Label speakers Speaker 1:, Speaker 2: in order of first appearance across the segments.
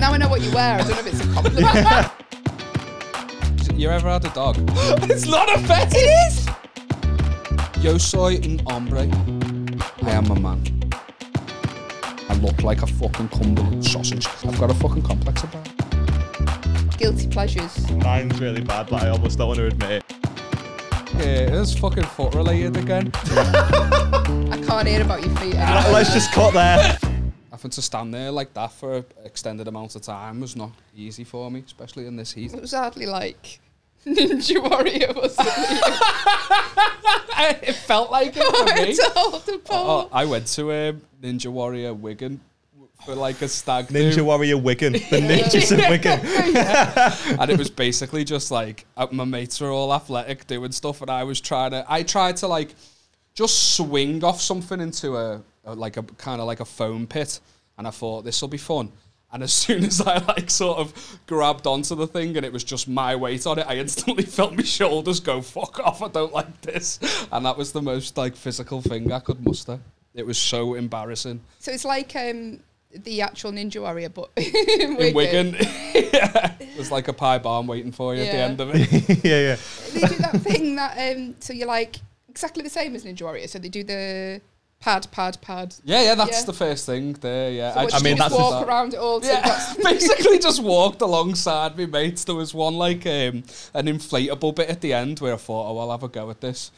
Speaker 1: Now I know what you wear. I don't know if it's a compliment.
Speaker 2: You ever had a dog?
Speaker 1: it's not a fetish. It is.
Speaker 2: Yo soy un hombre. I am a man. I look like a fucking Cumberland sausage. I've got a fucking complex about it.
Speaker 1: Guilty pleasures.
Speaker 3: Mine's really bad, but I almost don't want to admit it.
Speaker 2: Yeah, it is fucking foot related again.
Speaker 1: I can't hear about your feet.
Speaker 3: Uh,
Speaker 1: Anymore.
Speaker 3: Let's just cut there.
Speaker 2: Having to stand there like that for an extended amount of time was not easy for me, especially in this heat.
Speaker 1: It was hardly like Ninja Warrior, was it?
Speaker 2: it felt like it for me.
Speaker 1: to hold the
Speaker 2: Oh,
Speaker 1: pole.
Speaker 2: I went to um, Ninja Warrior Wigan for like a stag do.
Speaker 3: Ninja Warrior Wigan. The ninjas of Wigan.
Speaker 2: and it was basically just like uh, my mates were all athletic doing stuff, and I was trying to. I tried to like just swing off something into a, a like a kind of like a foam pit, and I thought this will be fun. And as soon as I like sort of grabbed onto the thing and it was just my weight on it, I instantly felt my shoulders go fuck off. I don't like this, and that was the most like physical thing I could muster. It was so embarrassing.
Speaker 1: So it's like um, the actual Ninja Warrior, but
Speaker 2: In Wigan, yeah, it was like a pie barn waiting for you at the
Speaker 1: Yeah.
Speaker 2: end of it.
Speaker 3: yeah, yeah.
Speaker 1: they do that thing that um, so you're like exactly the same as Ninja Warrior. So they do the pad, pad, pad.
Speaker 2: Yeah, yeah, that's
Speaker 1: Yeah.
Speaker 2: the first thing there. Yeah,
Speaker 1: So what,
Speaker 3: I
Speaker 1: I
Speaker 3: mean,
Speaker 1: mean, just
Speaker 3: that's
Speaker 1: walk around it all. Yeah.
Speaker 2: Yeah, basically just walked alongside me mates. There was one like um, an inflatable bit at the end where I thought, oh, I'll have a go at this,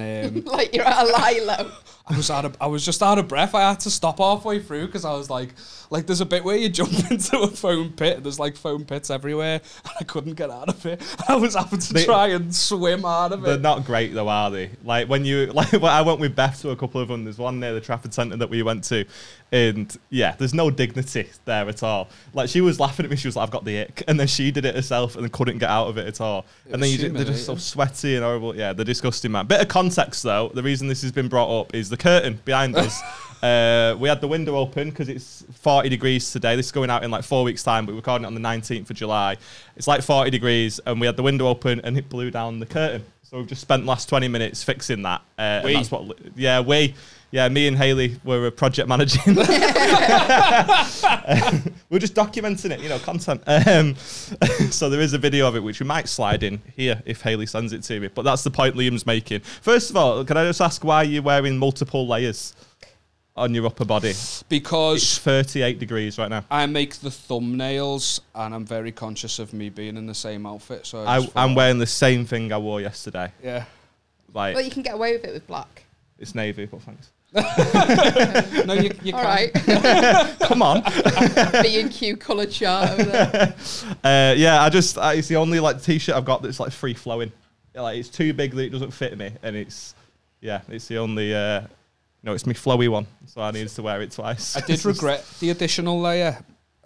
Speaker 2: um,
Speaker 1: like you're at a lilo.
Speaker 2: I was out of, I was just out of breath. I had to stop halfway through because I was like, like there's a bit where you jump into a foam pit. and There's like foam pits everywhere, and I couldn't get out of it. I was having to
Speaker 3: They-
Speaker 2: try and swim out of
Speaker 3: They're
Speaker 2: it.
Speaker 3: not great though, are they? Like when you like when I went with Beth to a couple of them. There's one near the Trafford Centre that we went to, and yeah, there's no dignity there at all. Like she was laughing at me. She was like, "I've got the ick," and then she did it herself and couldn't get out of it at all. and then
Speaker 2: was
Speaker 3: you, ju- they're just so
Speaker 2: humiliating.
Speaker 3: sweaty and horrible. Yeah, they're disgusting, man. Bit of context though. The reason this has been brought up is the curtain behind us. Uh, we had the window open because it's 40 degrees today. This is going out in like four weeks' time, but we're recording it on the 19th of July. It's like 40 degrees, and we had the window open, and it blew down the curtain. So we've just spent the last 20 minutes fixing that. Uh, and
Speaker 2: We.
Speaker 3: that's what. li- Yeah, we. Yeah, me and Haley were uh, project managing. we we're just documenting it, you know, content. Um, so there is a video of it which we might slide in here if Haley sends it to me. But that's the point Liam's making. First of all, can I just ask why you're wearing multiple layers on your upper body? It's
Speaker 2: Because
Speaker 3: 38 degrees right now.
Speaker 2: I make the thumbnails, and I'm very conscious of me being in the same outfit. So I
Speaker 3: I,
Speaker 2: just
Speaker 3: I'm
Speaker 2: thought,
Speaker 3: wearing the same thing I wore yesterday.
Speaker 2: yeah.
Speaker 3: Like
Speaker 1: Well, you can get away with it with black.
Speaker 3: it's navy, but thanks.
Speaker 2: No, you, you
Speaker 1: All
Speaker 2: can't.
Speaker 1: right,
Speaker 3: Come on.
Speaker 1: B and Q colour chart over there.
Speaker 3: Uh, yeah, I just uh, it's the only like t-shirt I've got that's like free flowing. Yeah, Like it's too big that it doesn't fit me, and it's yeah, it's the only. Uh, no, it's my flowy one, so I needed to wear it twice.
Speaker 2: I did regret the additional layer,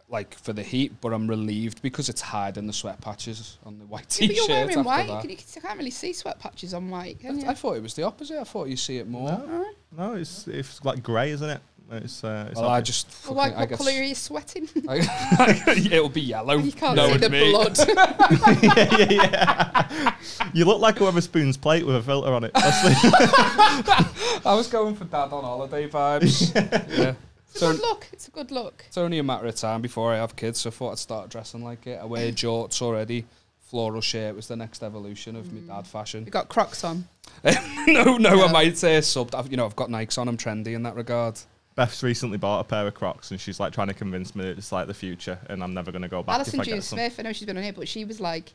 Speaker 2: like for the heat, but I'm relieved because it's hiding the sweat patches on the white
Speaker 1: Yeah, but
Speaker 2: t-shirt.
Speaker 1: you're wearing
Speaker 2: after
Speaker 1: white.
Speaker 2: that.
Speaker 1: Can you, I can't really see sweat patches on white. Can you?
Speaker 2: I, I thought it was the opposite. I thought you see it more.
Speaker 3: No, no, it's it's like grey, isn't it? It's, uh, it's
Speaker 2: Well, I
Speaker 3: obvious.
Speaker 2: just
Speaker 1: Well,
Speaker 2: fucking,
Speaker 1: like,
Speaker 2: I
Speaker 1: what
Speaker 2: guess
Speaker 1: colour are you sweating?
Speaker 2: I- it'll be yellow.
Speaker 1: you can't see
Speaker 2: knowing
Speaker 1: the
Speaker 2: me.
Speaker 1: blood.
Speaker 3: yeah, yeah, yeah. you look like whoever spoon's plate with a filter on it. That's the-
Speaker 2: I was going for dad on holiday vibes. yeah.
Speaker 1: It's a
Speaker 2: So
Speaker 1: good look. It's a good look.
Speaker 2: it's only a matter of time before I have kids. So I thought I'd start dressing like it. I wear jorts already. Floral shirt was the next evolution of my dad fashion.
Speaker 1: We got Crocs on.
Speaker 2: no, no, I
Speaker 1: Yeah.
Speaker 2: might say subbed. I've, you know, I've got Nikes on. I'm trendy in that regard.
Speaker 3: Beth's recently bought a pair of Crocs, and she's like trying to convince me that it's like the future, and I'm never gonna go back.
Speaker 1: Alison
Speaker 3: if I get
Speaker 1: June
Speaker 3: some.
Speaker 1: Smith. I know she's been on here, but she was like,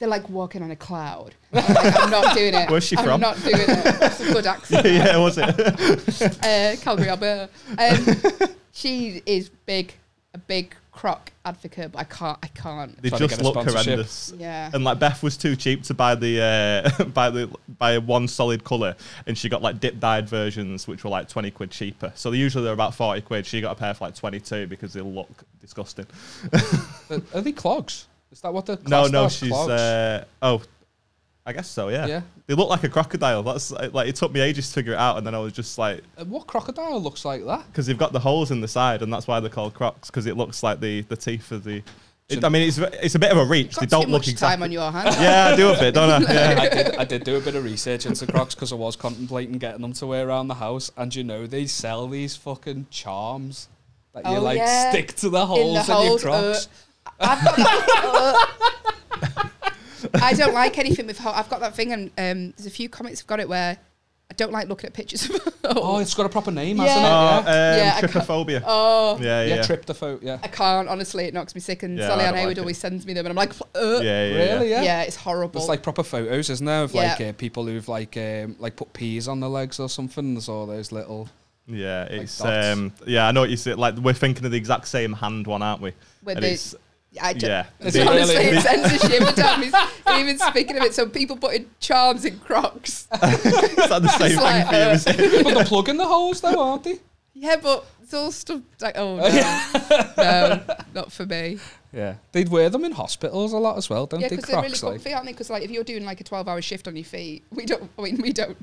Speaker 1: they're like walking on a cloud. I'm, like, I'm not doing it.
Speaker 3: Where's she
Speaker 1: I'm
Speaker 3: from?
Speaker 1: not doing it. That's a good accent.
Speaker 3: yeah, was it?
Speaker 1: uh, Calgary, Alberta. Um, she is big, a big croc advocate, but I can't, I can't.
Speaker 3: They
Speaker 2: Trying to get
Speaker 3: just
Speaker 2: a
Speaker 3: look
Speaker 2: sponsorship.
Speaker 3: horrendous.
Speaker 1: Yeah.
Speaker 3: And like Beth was too cheap to buy the uh, buy the buy one solid color, and she got like dip dyed versions, which were like twenty quid cheaper. So usually they're about forty quid. She got a pair for like twenty two because they look disgusting.
Speaker 2: Are are they clogs? Is that what they're
Speaker 3: no,
Speaker 2: classed
Speaker 3: no,
Speaker 2: as?
Speaker 3: she's
Speaker 2: Clogs?
Speaker 3: uh, oh, I guess so. Yeah.
Speaker 2: Yeah.
Speaker 3: they look like a crocodile. That's uh, like it took me ages to figure it out, and then I was just like,
Speaker 2: Uh, what crocodile looks like that?
Speaker 3: because they've got the holes in the side, and that's why they're called crocs because it looks like the the teeth of the. It, I mean, it's it's a bit of a reach.
Speaker 1: Got
Speaker 3: They don't
Speaker 1: too
Speaker 3: look
Speaker 1: much time
Speaker 3: exactly.
Speaker 1: on your hands.
Speaker 3: yeah, I do a bit, don't I? Yeah.
Speaker 2: I did, I did do a bit of research into Crocs because I was contemplating getting them to wear around the house. And you know, they sell these fucking charms that you
Speaker 1: Oh,
Speaker 2: like
Speaker 1: yeah.
Speaker 2: stick to the
Speaker 1: in the
Speaker 2: holes in, your
Speaker 1: holes.
Speaker 2: Crocs.
Speaker 1: uh, I've got that, uh, I don't like anything with holes. I've got that thing, and um, there's a few comments I've got it where I don't like looking at pictures of
Speaker 2: oh,
Speaker 1: holes.
Speaker 2: it's got a proper name,
Speaker 1: Yeah.
Speaker 2: hasn't it?
Speaker 3: Oh, um,
Speaker 2: yeah.
Speaker 1: Yeah, I can't-
Speaker 3: trypophobia.
Speaker 1: Oh,
Speaker 3: yeah, yeah.
Speaker 2: yeah, tryptophobe. Yeah.
Speaker 1: I can't. Honestly, it knocks me sick. And
Speaker 3: Yeah,
Speaker 1: Sally
Speaker 3: I
Speaker 1: Ann
Speaker 3: don't
Speaker 1: Hayward
Speaker 3: like it.
Speaker 1: always sends me them, and I'm like, uh,
Speaker 3: yeah, yeah, yeah.
Speaker 2: Really? Yeah.
Speaker 1: yeah. it's horrible.
Speaker 2: There's like proper photos, isn't there, of
Speaker 1: Yeah.
Speaker 2: like uh, people who've like um, like put peas on their legs or something. There's all those little.
Speaker 3: Yeah, it's
Speaker 2: dots.
Speaker 3: um, yeah. I know what you said. Like we're thinking of the exact same hand one, aren't we?
Speaker 1: With
Speaker 3: and
Speaker 1: the-
Speaker 3: it's
Speaker 1: I don't-
Speaker 3: yeah.
Speaker 2: It's
Speaker 3: The-
Speaker 1: Honestly,
Speaker 2: Really?
Speaker 1: it sends a shiver down me. Even speaking of it, so people putting charms in Crocs.
Speaker 3: it's like the same thing
Speaker 1: like,
Speaker 3: for you.
Speaker 1: uh,
Speaker 3: Is it?
Speaker 2: but they're plugging the holes though, aren't they?
Speaker 1: Yeah, but it's all stuff like, oh no, no, not for me.
Speaker 2: Yeah. They'd wear them in hospitals a lot as well, don't
Speaker 1: Yeah,
Speaker 2: they?
Speaker 1: because they're really
Speaker 2: Crocs,
Speaker 1: comfy, aren't they? Because like if you're doing like a 12-hour shift on your feet, we don't. I mean, we don't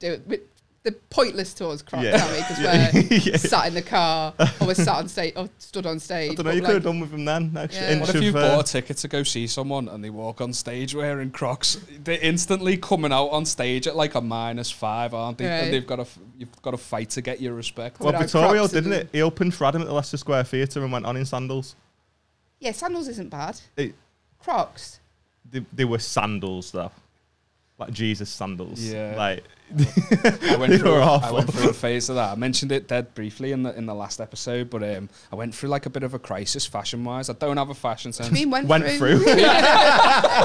Speaker 1: do it. We, the pointless tours Crocs,
Speaker 3: Yeah.
Speaker 1: aren't we? Because
Speaker 3: Yeah.
Speaker 1: we're
Speaker 3: Yeah.
Speaker 1: sat in the car or we're sat on stage or stood on stage.
Speaker 3: I don't know.
Speaker 1: but,
Speaker 3: You
Speaker 1: like,
Speaker 3: could have done with them then. Next
Speaker 1: Yeah.
Speaker 3: inch
Speaker 2: What if you
Speaker 3: of, uh,
Speaker 2: bought a ticket to go see someone and they walk on stage wearing Crocs? They're instantly coming out on stage at like a minus five, aren't they?
Speaker 1: Right.
Speaker 2: And they've got to, you've got to fight to get your respect.
Speaker 1: Well,
Speaker 3: well,
Speaker 1: without
Speaker 3: Vittorio
Speaker 1: Crocs
Speaker 3: didn't
Speaker 1: and-
Speaker 3: it? He opened for Adam at the Leicester Square Theatre and went on in sandals.
Speaker 1: Yeah, sandals isn't bad.
Speaker 3: It,
Speaker 1: Crocs.
Speaker 3: they, they were sandals though, like Jesus sandals.
Speaker 2: Yeah.
Speaker 3: Like
Speaker 2: I went
Speaker 3: They
Speaker 2: through.
Speaker 3: were
Speaker 2: I
Speaker 3: awful.
Speaker 2: went through a phase of that. I mentioned it dead briefly in the in the last episode, but um, I went through like a bit of a crisis fashion wise. I don't have a fashion
Speaker 1: I
Speaker 2: sense.
Speaker 1: mean, went,
Speaker 3: went
Speaker 1: through.
Speaker 3: through.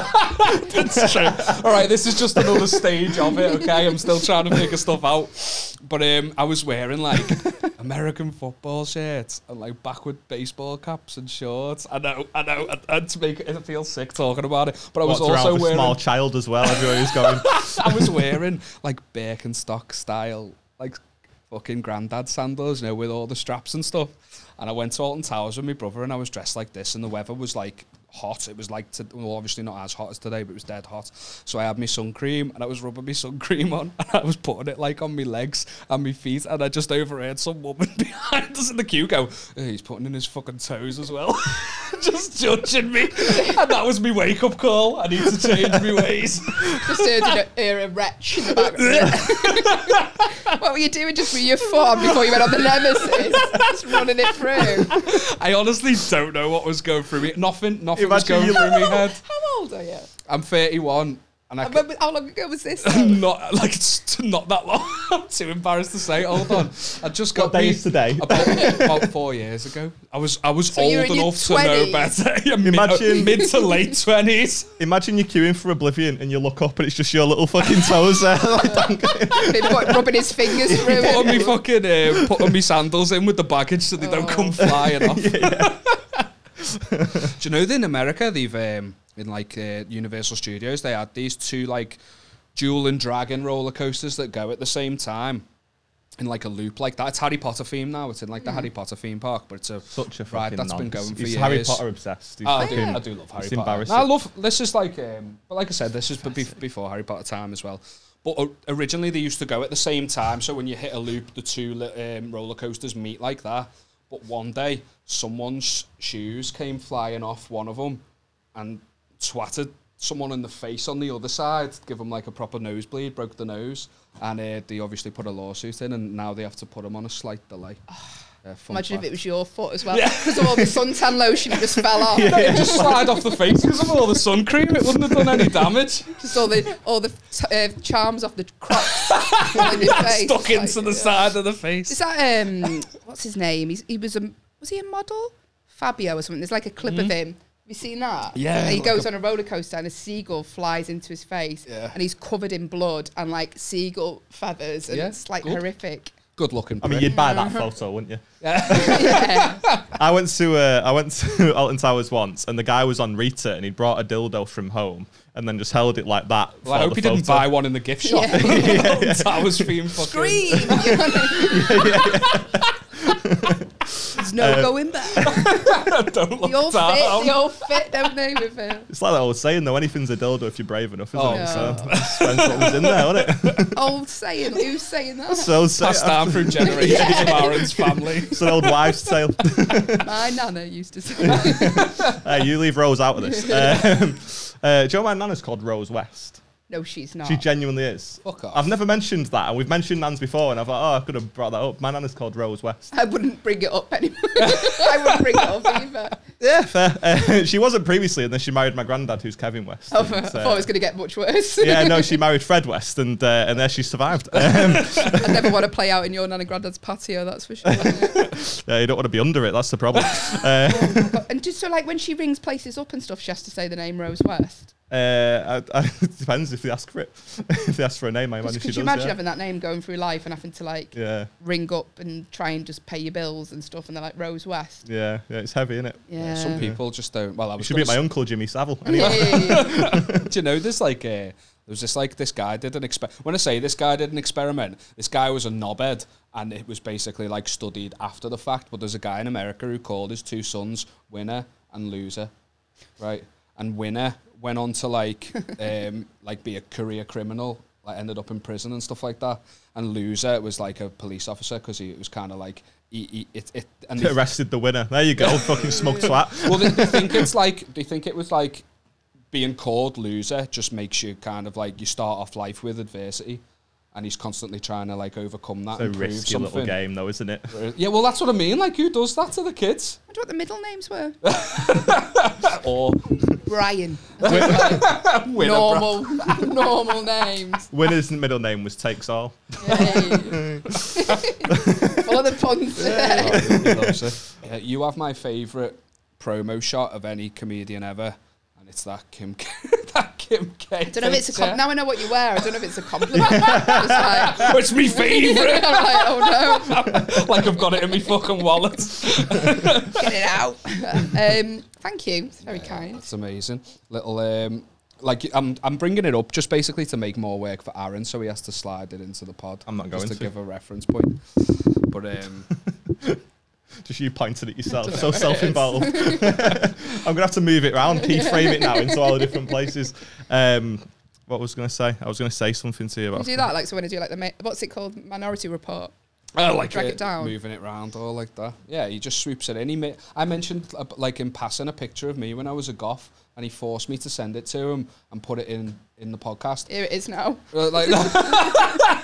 Speaker 2: All right, this is just another stage of it. Okay, I'm still trying to figure stuff out. But um, I was wearing like American football shirts and like backward baseball caps and shorts. I know, I know, and- and to make it feel sick talking about it. But I was
Speaker 3: Walked around
Speaker 2: also
Speaker 3: with a
Speaker 2: wearing
Speaker 3: small child as well. Everywhere he was going.
Speaker 2: I was wearing like Birkenstock style, like fucking granddad sandals, you know, with all the straps and stuff. And I went to Alton Towers with my brother, and I was dressed like this, and the weather was like hot. It was like, to, well, obviously not as hot as today, but it was dead hot. So I had my sun cream, and I was rubbing my sun cream on, and I was putting it like on my legs and my feet, and I just overheard some woman behind us in the queue go, "Eh, "He's putting in his fucking toes as well." just judging me, and that was my wake up call. I need to change my ways.
Speaker 1: Just heard an era wretch in the background. what were you doing just with your form before you went on the nemesis? Just running it through.
Speaker 2: I honestly don't know what was going through me. Nothing, nothing was going
Speaker 3: Imagine you-
Speaker 2: through my head.
Speaker 1: How old are you?
Speaker 2: I'm 31, and I
Speaker 1: I
Speaker 2: c-
Speaker 1: remember, how long ago was this?
Speaker 2: I'm not like it's not that long. I'm too embarraused to say. Hold on, I just got
Speaker 3: What day is
Speaker 2: me-
Speaker 3: today?
Speaker 2: About, about four years ago. I was I was
Speaker 1: So
Speaker 2: old
Speaker 1: you were in your
Speaker 2: enough to know
Speaker 1: 20s.
Speaker 2: better. Yeah, mid-
Speaker 3: Imagine-
Speaker 2: mid to late twenties.
Speaker 3: Imagine you're queuing for Oblivion and you look up and it's just your little fucking toes there. like, dangling.
Speaker 1: Been what, rubbing his fingers through
Speaker 2: Putting me
Speaker 1: it.
Speaker 2: fucking uh, putting me sandals in with the baggage so they don't
Speaker 1: Oh.
Speaker 2: come flying off. Do you know that in America they've um, in like uh, Universal Studios they had these two like dual and dragon roller coasters that go at the same time in like a loop like that. It's Harry Potter theme now. It's in like the Harry Potter theme park, but it's a
Speaker 3: Mm. Such a fucking
Speaker 2: ride that's been
Speaker 3: nonce.
Speaker 2: going for
Speaker 3: He's
Speaker 2: years.
Speaker 3: Harry Potter obsessed. He's
Speaker 2: Oh, I,
Speaker 3: fucking-
Speaker 2: do, I do love Harry
Speaker 3: it's
Speaker 2: Potter.
Speaker 3: embarrassing.
Speaker 2: No, I love this is like um, but like I said, this is be- before Harry Potter time as well. But o- originally they used to go at the same time, so when you hit a loop, the two li- um, roller coasters meet like that. But one day, someone's shoes came flying off one of them, and twatted someone in the face on the other side, give them like a proper nosebleed, broke the nose, and uh, they obviously put a lawsuit in, and now they have to put them on a slight delay. Uh, fun
Speaker 1: Imagine if
Speaker 2: fact.
Speaker 1: it was your foot as well. Because of all the suntan lotion, it just fell off.
Speaker 2: No, it just slide off the face because of all the sun cream. It wouldn't have done any damage.
Speaker 1: Just all the all the uh, charms off the crocs on your face.
Speaker 2: Stuck
Speaker 1: Like,
Speaker 2: into the
Speaker 1: yeah.
Speaker 2: side of the
Speaker 1: Is
Speaker 2: face.
Speaker 1: that um what's his name? He's, he was a was he a model? Fabio or something. There's like a clip of him. Have you seen that?
Speaker 2: Mm-hmm. Yeah,
Speaker 1: And he
Speaker 2: like
Speaker 1: goes
Speaker 2: a-
Speaker 1: on a roller coaster and a seagull flies into his face
Speaker 2: Yeah.
Speaker 1: and he's covered in blood and like seagull feathers and
Speaker 2: Yeah,
Speaker 1: it's like
Speaker 2: good.
Speaker 1: horrific.
Speaker 2: Good looking.
Speaker 3: I mean, you'd buy that photo, wouldn't you?
Speaker 1: yeah.
Speaker 3: I went to uh, I went to Alton Towers once, and the guy was on Rita, and he brought a dildo from home, and then just held it like that.
Speaker 2: Well, I
Speaker 3: for
Speaker 2: hope
Speaker 3: the
Speaker 2: he didn't
Speaker 3: photo.
Speaker 2: buy one in the gift shop.
Speaker 1: Yeah.
Speaker 2: That was theme fucking.
Speaker 1: Scream! You know what I mean? There's no
Speaker 2: Uh,
Speaker 1: going back.
Speaker 2: Don't look
Speaker 1: They all fit,
Speaker 2: down.
Speaker 1: they all fit, don't they, with him?
Speaker 3: It's like that old saying though. Anything's a dildo if you're brave enough, isn't
Speaker 2: Oh,
Speaker 3: it? So
Speaker 1: yeah.
Speaker 3: just find something's in there, wouldn't it?
Speaker 1: Old saying, who's saying that?
Speaker 3: So say-
Speaker 2: Passed down through generations of Aaron's family.
Speaker 3: It's an old wives' tale.
Speaker 1: My nana used to say that.
Speaker 3: hey, you leave Rose out of this. Um, uh, do you know my nana's called Rose West?
Speaker 1: No, she's not.
Speaker 3: She genuinely is.
Speaker 2: Fuck off.
Speaker 3: I've never mentioned that, and we've mentioned Nan's before, and I thought, oh, I could have brought that up. My Nan is called Rose West.
Speaker 1: I wouldn't bring it up anymore. I wouldn't bring it up either.
Speaker 3: Yeah, fair. Uh, she wasn't previously, and then she married my granddad, who's Kevin West.
Speaker 1: Oh, I
Speaker 3: and,
Speaker 1: thought
Speaker 3: uh,
Speaker 1: it was going to get much worse.
Speaker 3: yeah, no, she married Fred West, and uh, and there she survived. Um,
Speaker 1: I never want to play out in your nan and granddad's patio, that's for sure.
Speaker 3: yeah, you don't want to be under it. That's the problem. Uh,
Speaker 1: and just so, like, when she rings places up and stuff, she has to say the name Rose West.
Speaker 3: uh, I, I, it depends if they ask for it. if they ask for a name, I
Speaker 1: Just
Speaker 3: imagine she
Speaker 1: could
Speaker 3: does.
Speaker 1: you imagine
Speaker 3: yeah.
Speaker 1: having that name going through life and having to, like,
Speaker 3: yeah,
Speaker 1: ring up and try and just pay your bills and stuff? And they're like, Rose West.
Speaker 3: yeah, yeah. It's heavy, innit?
Speaker 1: Yeah.
Speaker 2: Some people just don't. Well, I
Speaker 3: It
Speaker 2: was
Speaker 3: should be
Speaker 2: gonna
Speaker 3: my uncle Jimmy Savile. Anyway.
Speaker 1: Yeah, yeah, yeah, yeah.
Speaker 2: Do you know there's like a there's this like this guy did an experiment. When I say this guy did an experiment, this guy was a knobhead and it was basically like studied after the fact. But there's a guy in America who called his two sons winner and loser, right? And winner went on to like um, like be a career criminal. Like ended up in prison and stuff like that. And loser was like a police officer because he it was kind of like he, he, it it and they
Speaker 3: Arrested the winner. There you go, fucking smug twat.
Speaker 2: well, they, they think it's like they think it was like being called loser just makes you kind of like you start off life with adversity, and he's constantly trying to like overcome that.
Speaker 3: It's a
Speaker 2: and prove
Speaker 3: risky
Speaker 2: something.
Speaker 3: little game, though, isn't it?
Speaker 2: Yeah, well, that's what I mean. Like, who does that to the kids?
Speaker 1: I wonder what the middle names were.
Speaker 2: Or
Speaker 1: Brian.
Speaker 2: winner, bro.
Speaker 1: normal, normal names.
Speaker 3: Winner's middle name was Takes All.
Speaker 1: Yay. Follow the puns.
Speaker 2: Uh, you have my favourite promo shot of any comedian ever, and it's that Kim. K- that Kim K.
Speaker 1: I don't know if it's a com-
Speaker 2: no.
Speaker 1: now I know what you wear. I don't know if it's a compliment. It's like-
Speaker 2: It's my favourite.
Speaker 1: I'm like, oh no,
Speaker 2: like I've got it in my fucking wallet.
Speaker 1: get it out. Um, thank you. It's very kind.
Speaker 2: That's amazing. Little um like I'm I'm bringing it up just basically to make more work for Aaron so he has to slide it into the pod.
Speaker 3: I'm not
Speaker 2: just
Speaker 3: going
Speaker 2: to,
Speaker 3: to.
Speaker 2: give a reference point. But um
Speaker 3: Just you pointed at yourself. So self involved. I'm going to have to move it around, key frame it now into all the different places. Um, what was I going to say? I was going to say something to you
Speaker 1: You
Speaker 3: about.
Speaker 1: do that like so when I do like the ma- what's it called minority report.
Speaker 2: I like
Speaker 1: Drag it down.
Speaker 2: moving it round or like that. Yeah, he just swoops it in. He ma- I mentioned uh, like in passing a picture of me when I was a goth, and he forced me to send it to him and put it in in the podcast.
Speaker 1: Here it is now.
Speaker 2: Uh, like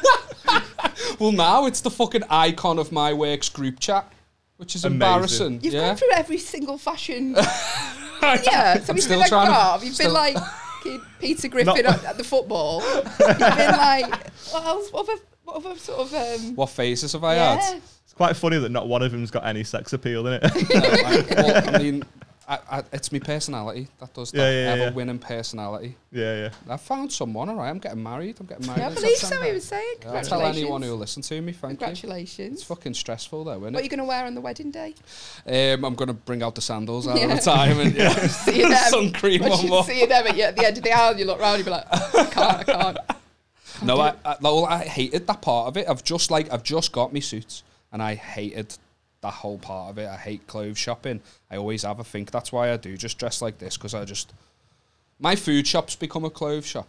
Speaker 2: well, now it's the fucking icon of my works group chat, which is
Speaker 3: Amazing.
Speaker 2: embarrassing.
Speaker 1: You've
Speaker 2: yeah,
Speaker 1: gone through every single fashion. yeah, so you've
Speaker 2: still
Speaker 1: been like
Speaker 2: trying to-
Speaker 1: Rob. You've
Speaker 2: still-
Speaker 1: been like kid Peter Griffin at, at the football. you've been like what else? What other, what other sort of um,
Speaker 2: what faces have I had?
Speaker 1: yeah.
Speaker 3: It's quite funny that not one of them's got any sex appeal in it.
Speaker 2: No, like, well, I mean, I, I, it's my personality that does that.
Speaker 3: Yeah, yeah,
Speaker 2: I have
Speaker 3: yeah.
Speaker 2: a winning personality.
Speaker 3: yeah, yeah.
Speaker 2: I found someone, all right. I'm getting married. I'm getting married.
Speaker 1: Yeah, I
Speaker 2: in
Speaker 1: believe so.
Speaker 2: September.
Speaker 1: He was saying
Speaker 2: Yeah, I'll tell
Speaker 1: congratulations.
Speaker 2: anyone who'll listen to me. Thank you. It's
Speaker 1: congratulations.
Speaker 2: fucking stressful though, isn't
Speaker 1: What are you
Speaker 2: it?
Speaker 1: going to wear on the wedding day?
Speaker 2: um, I'm gonna bring out the sandals out
Speaker 1: Yeah.
Speaker 2: of retirement. Yeah,
Speaker 1: See you there.
Speaker 2: sun cream
Speaker 1: Once
Speaker 2: one more.
Speaker 1: you see it ever, yeah, at the end of the hour, you look round, you'd be like, I can't, I can't.
Speaker 2: No, I, I, no, I hated that part of it. I've just like I've just got me suits, and I hated that whole part of it. I hate clothes shopping. I always have. I think that's why I do just dress like this because I just my food shop's become a clothes shop.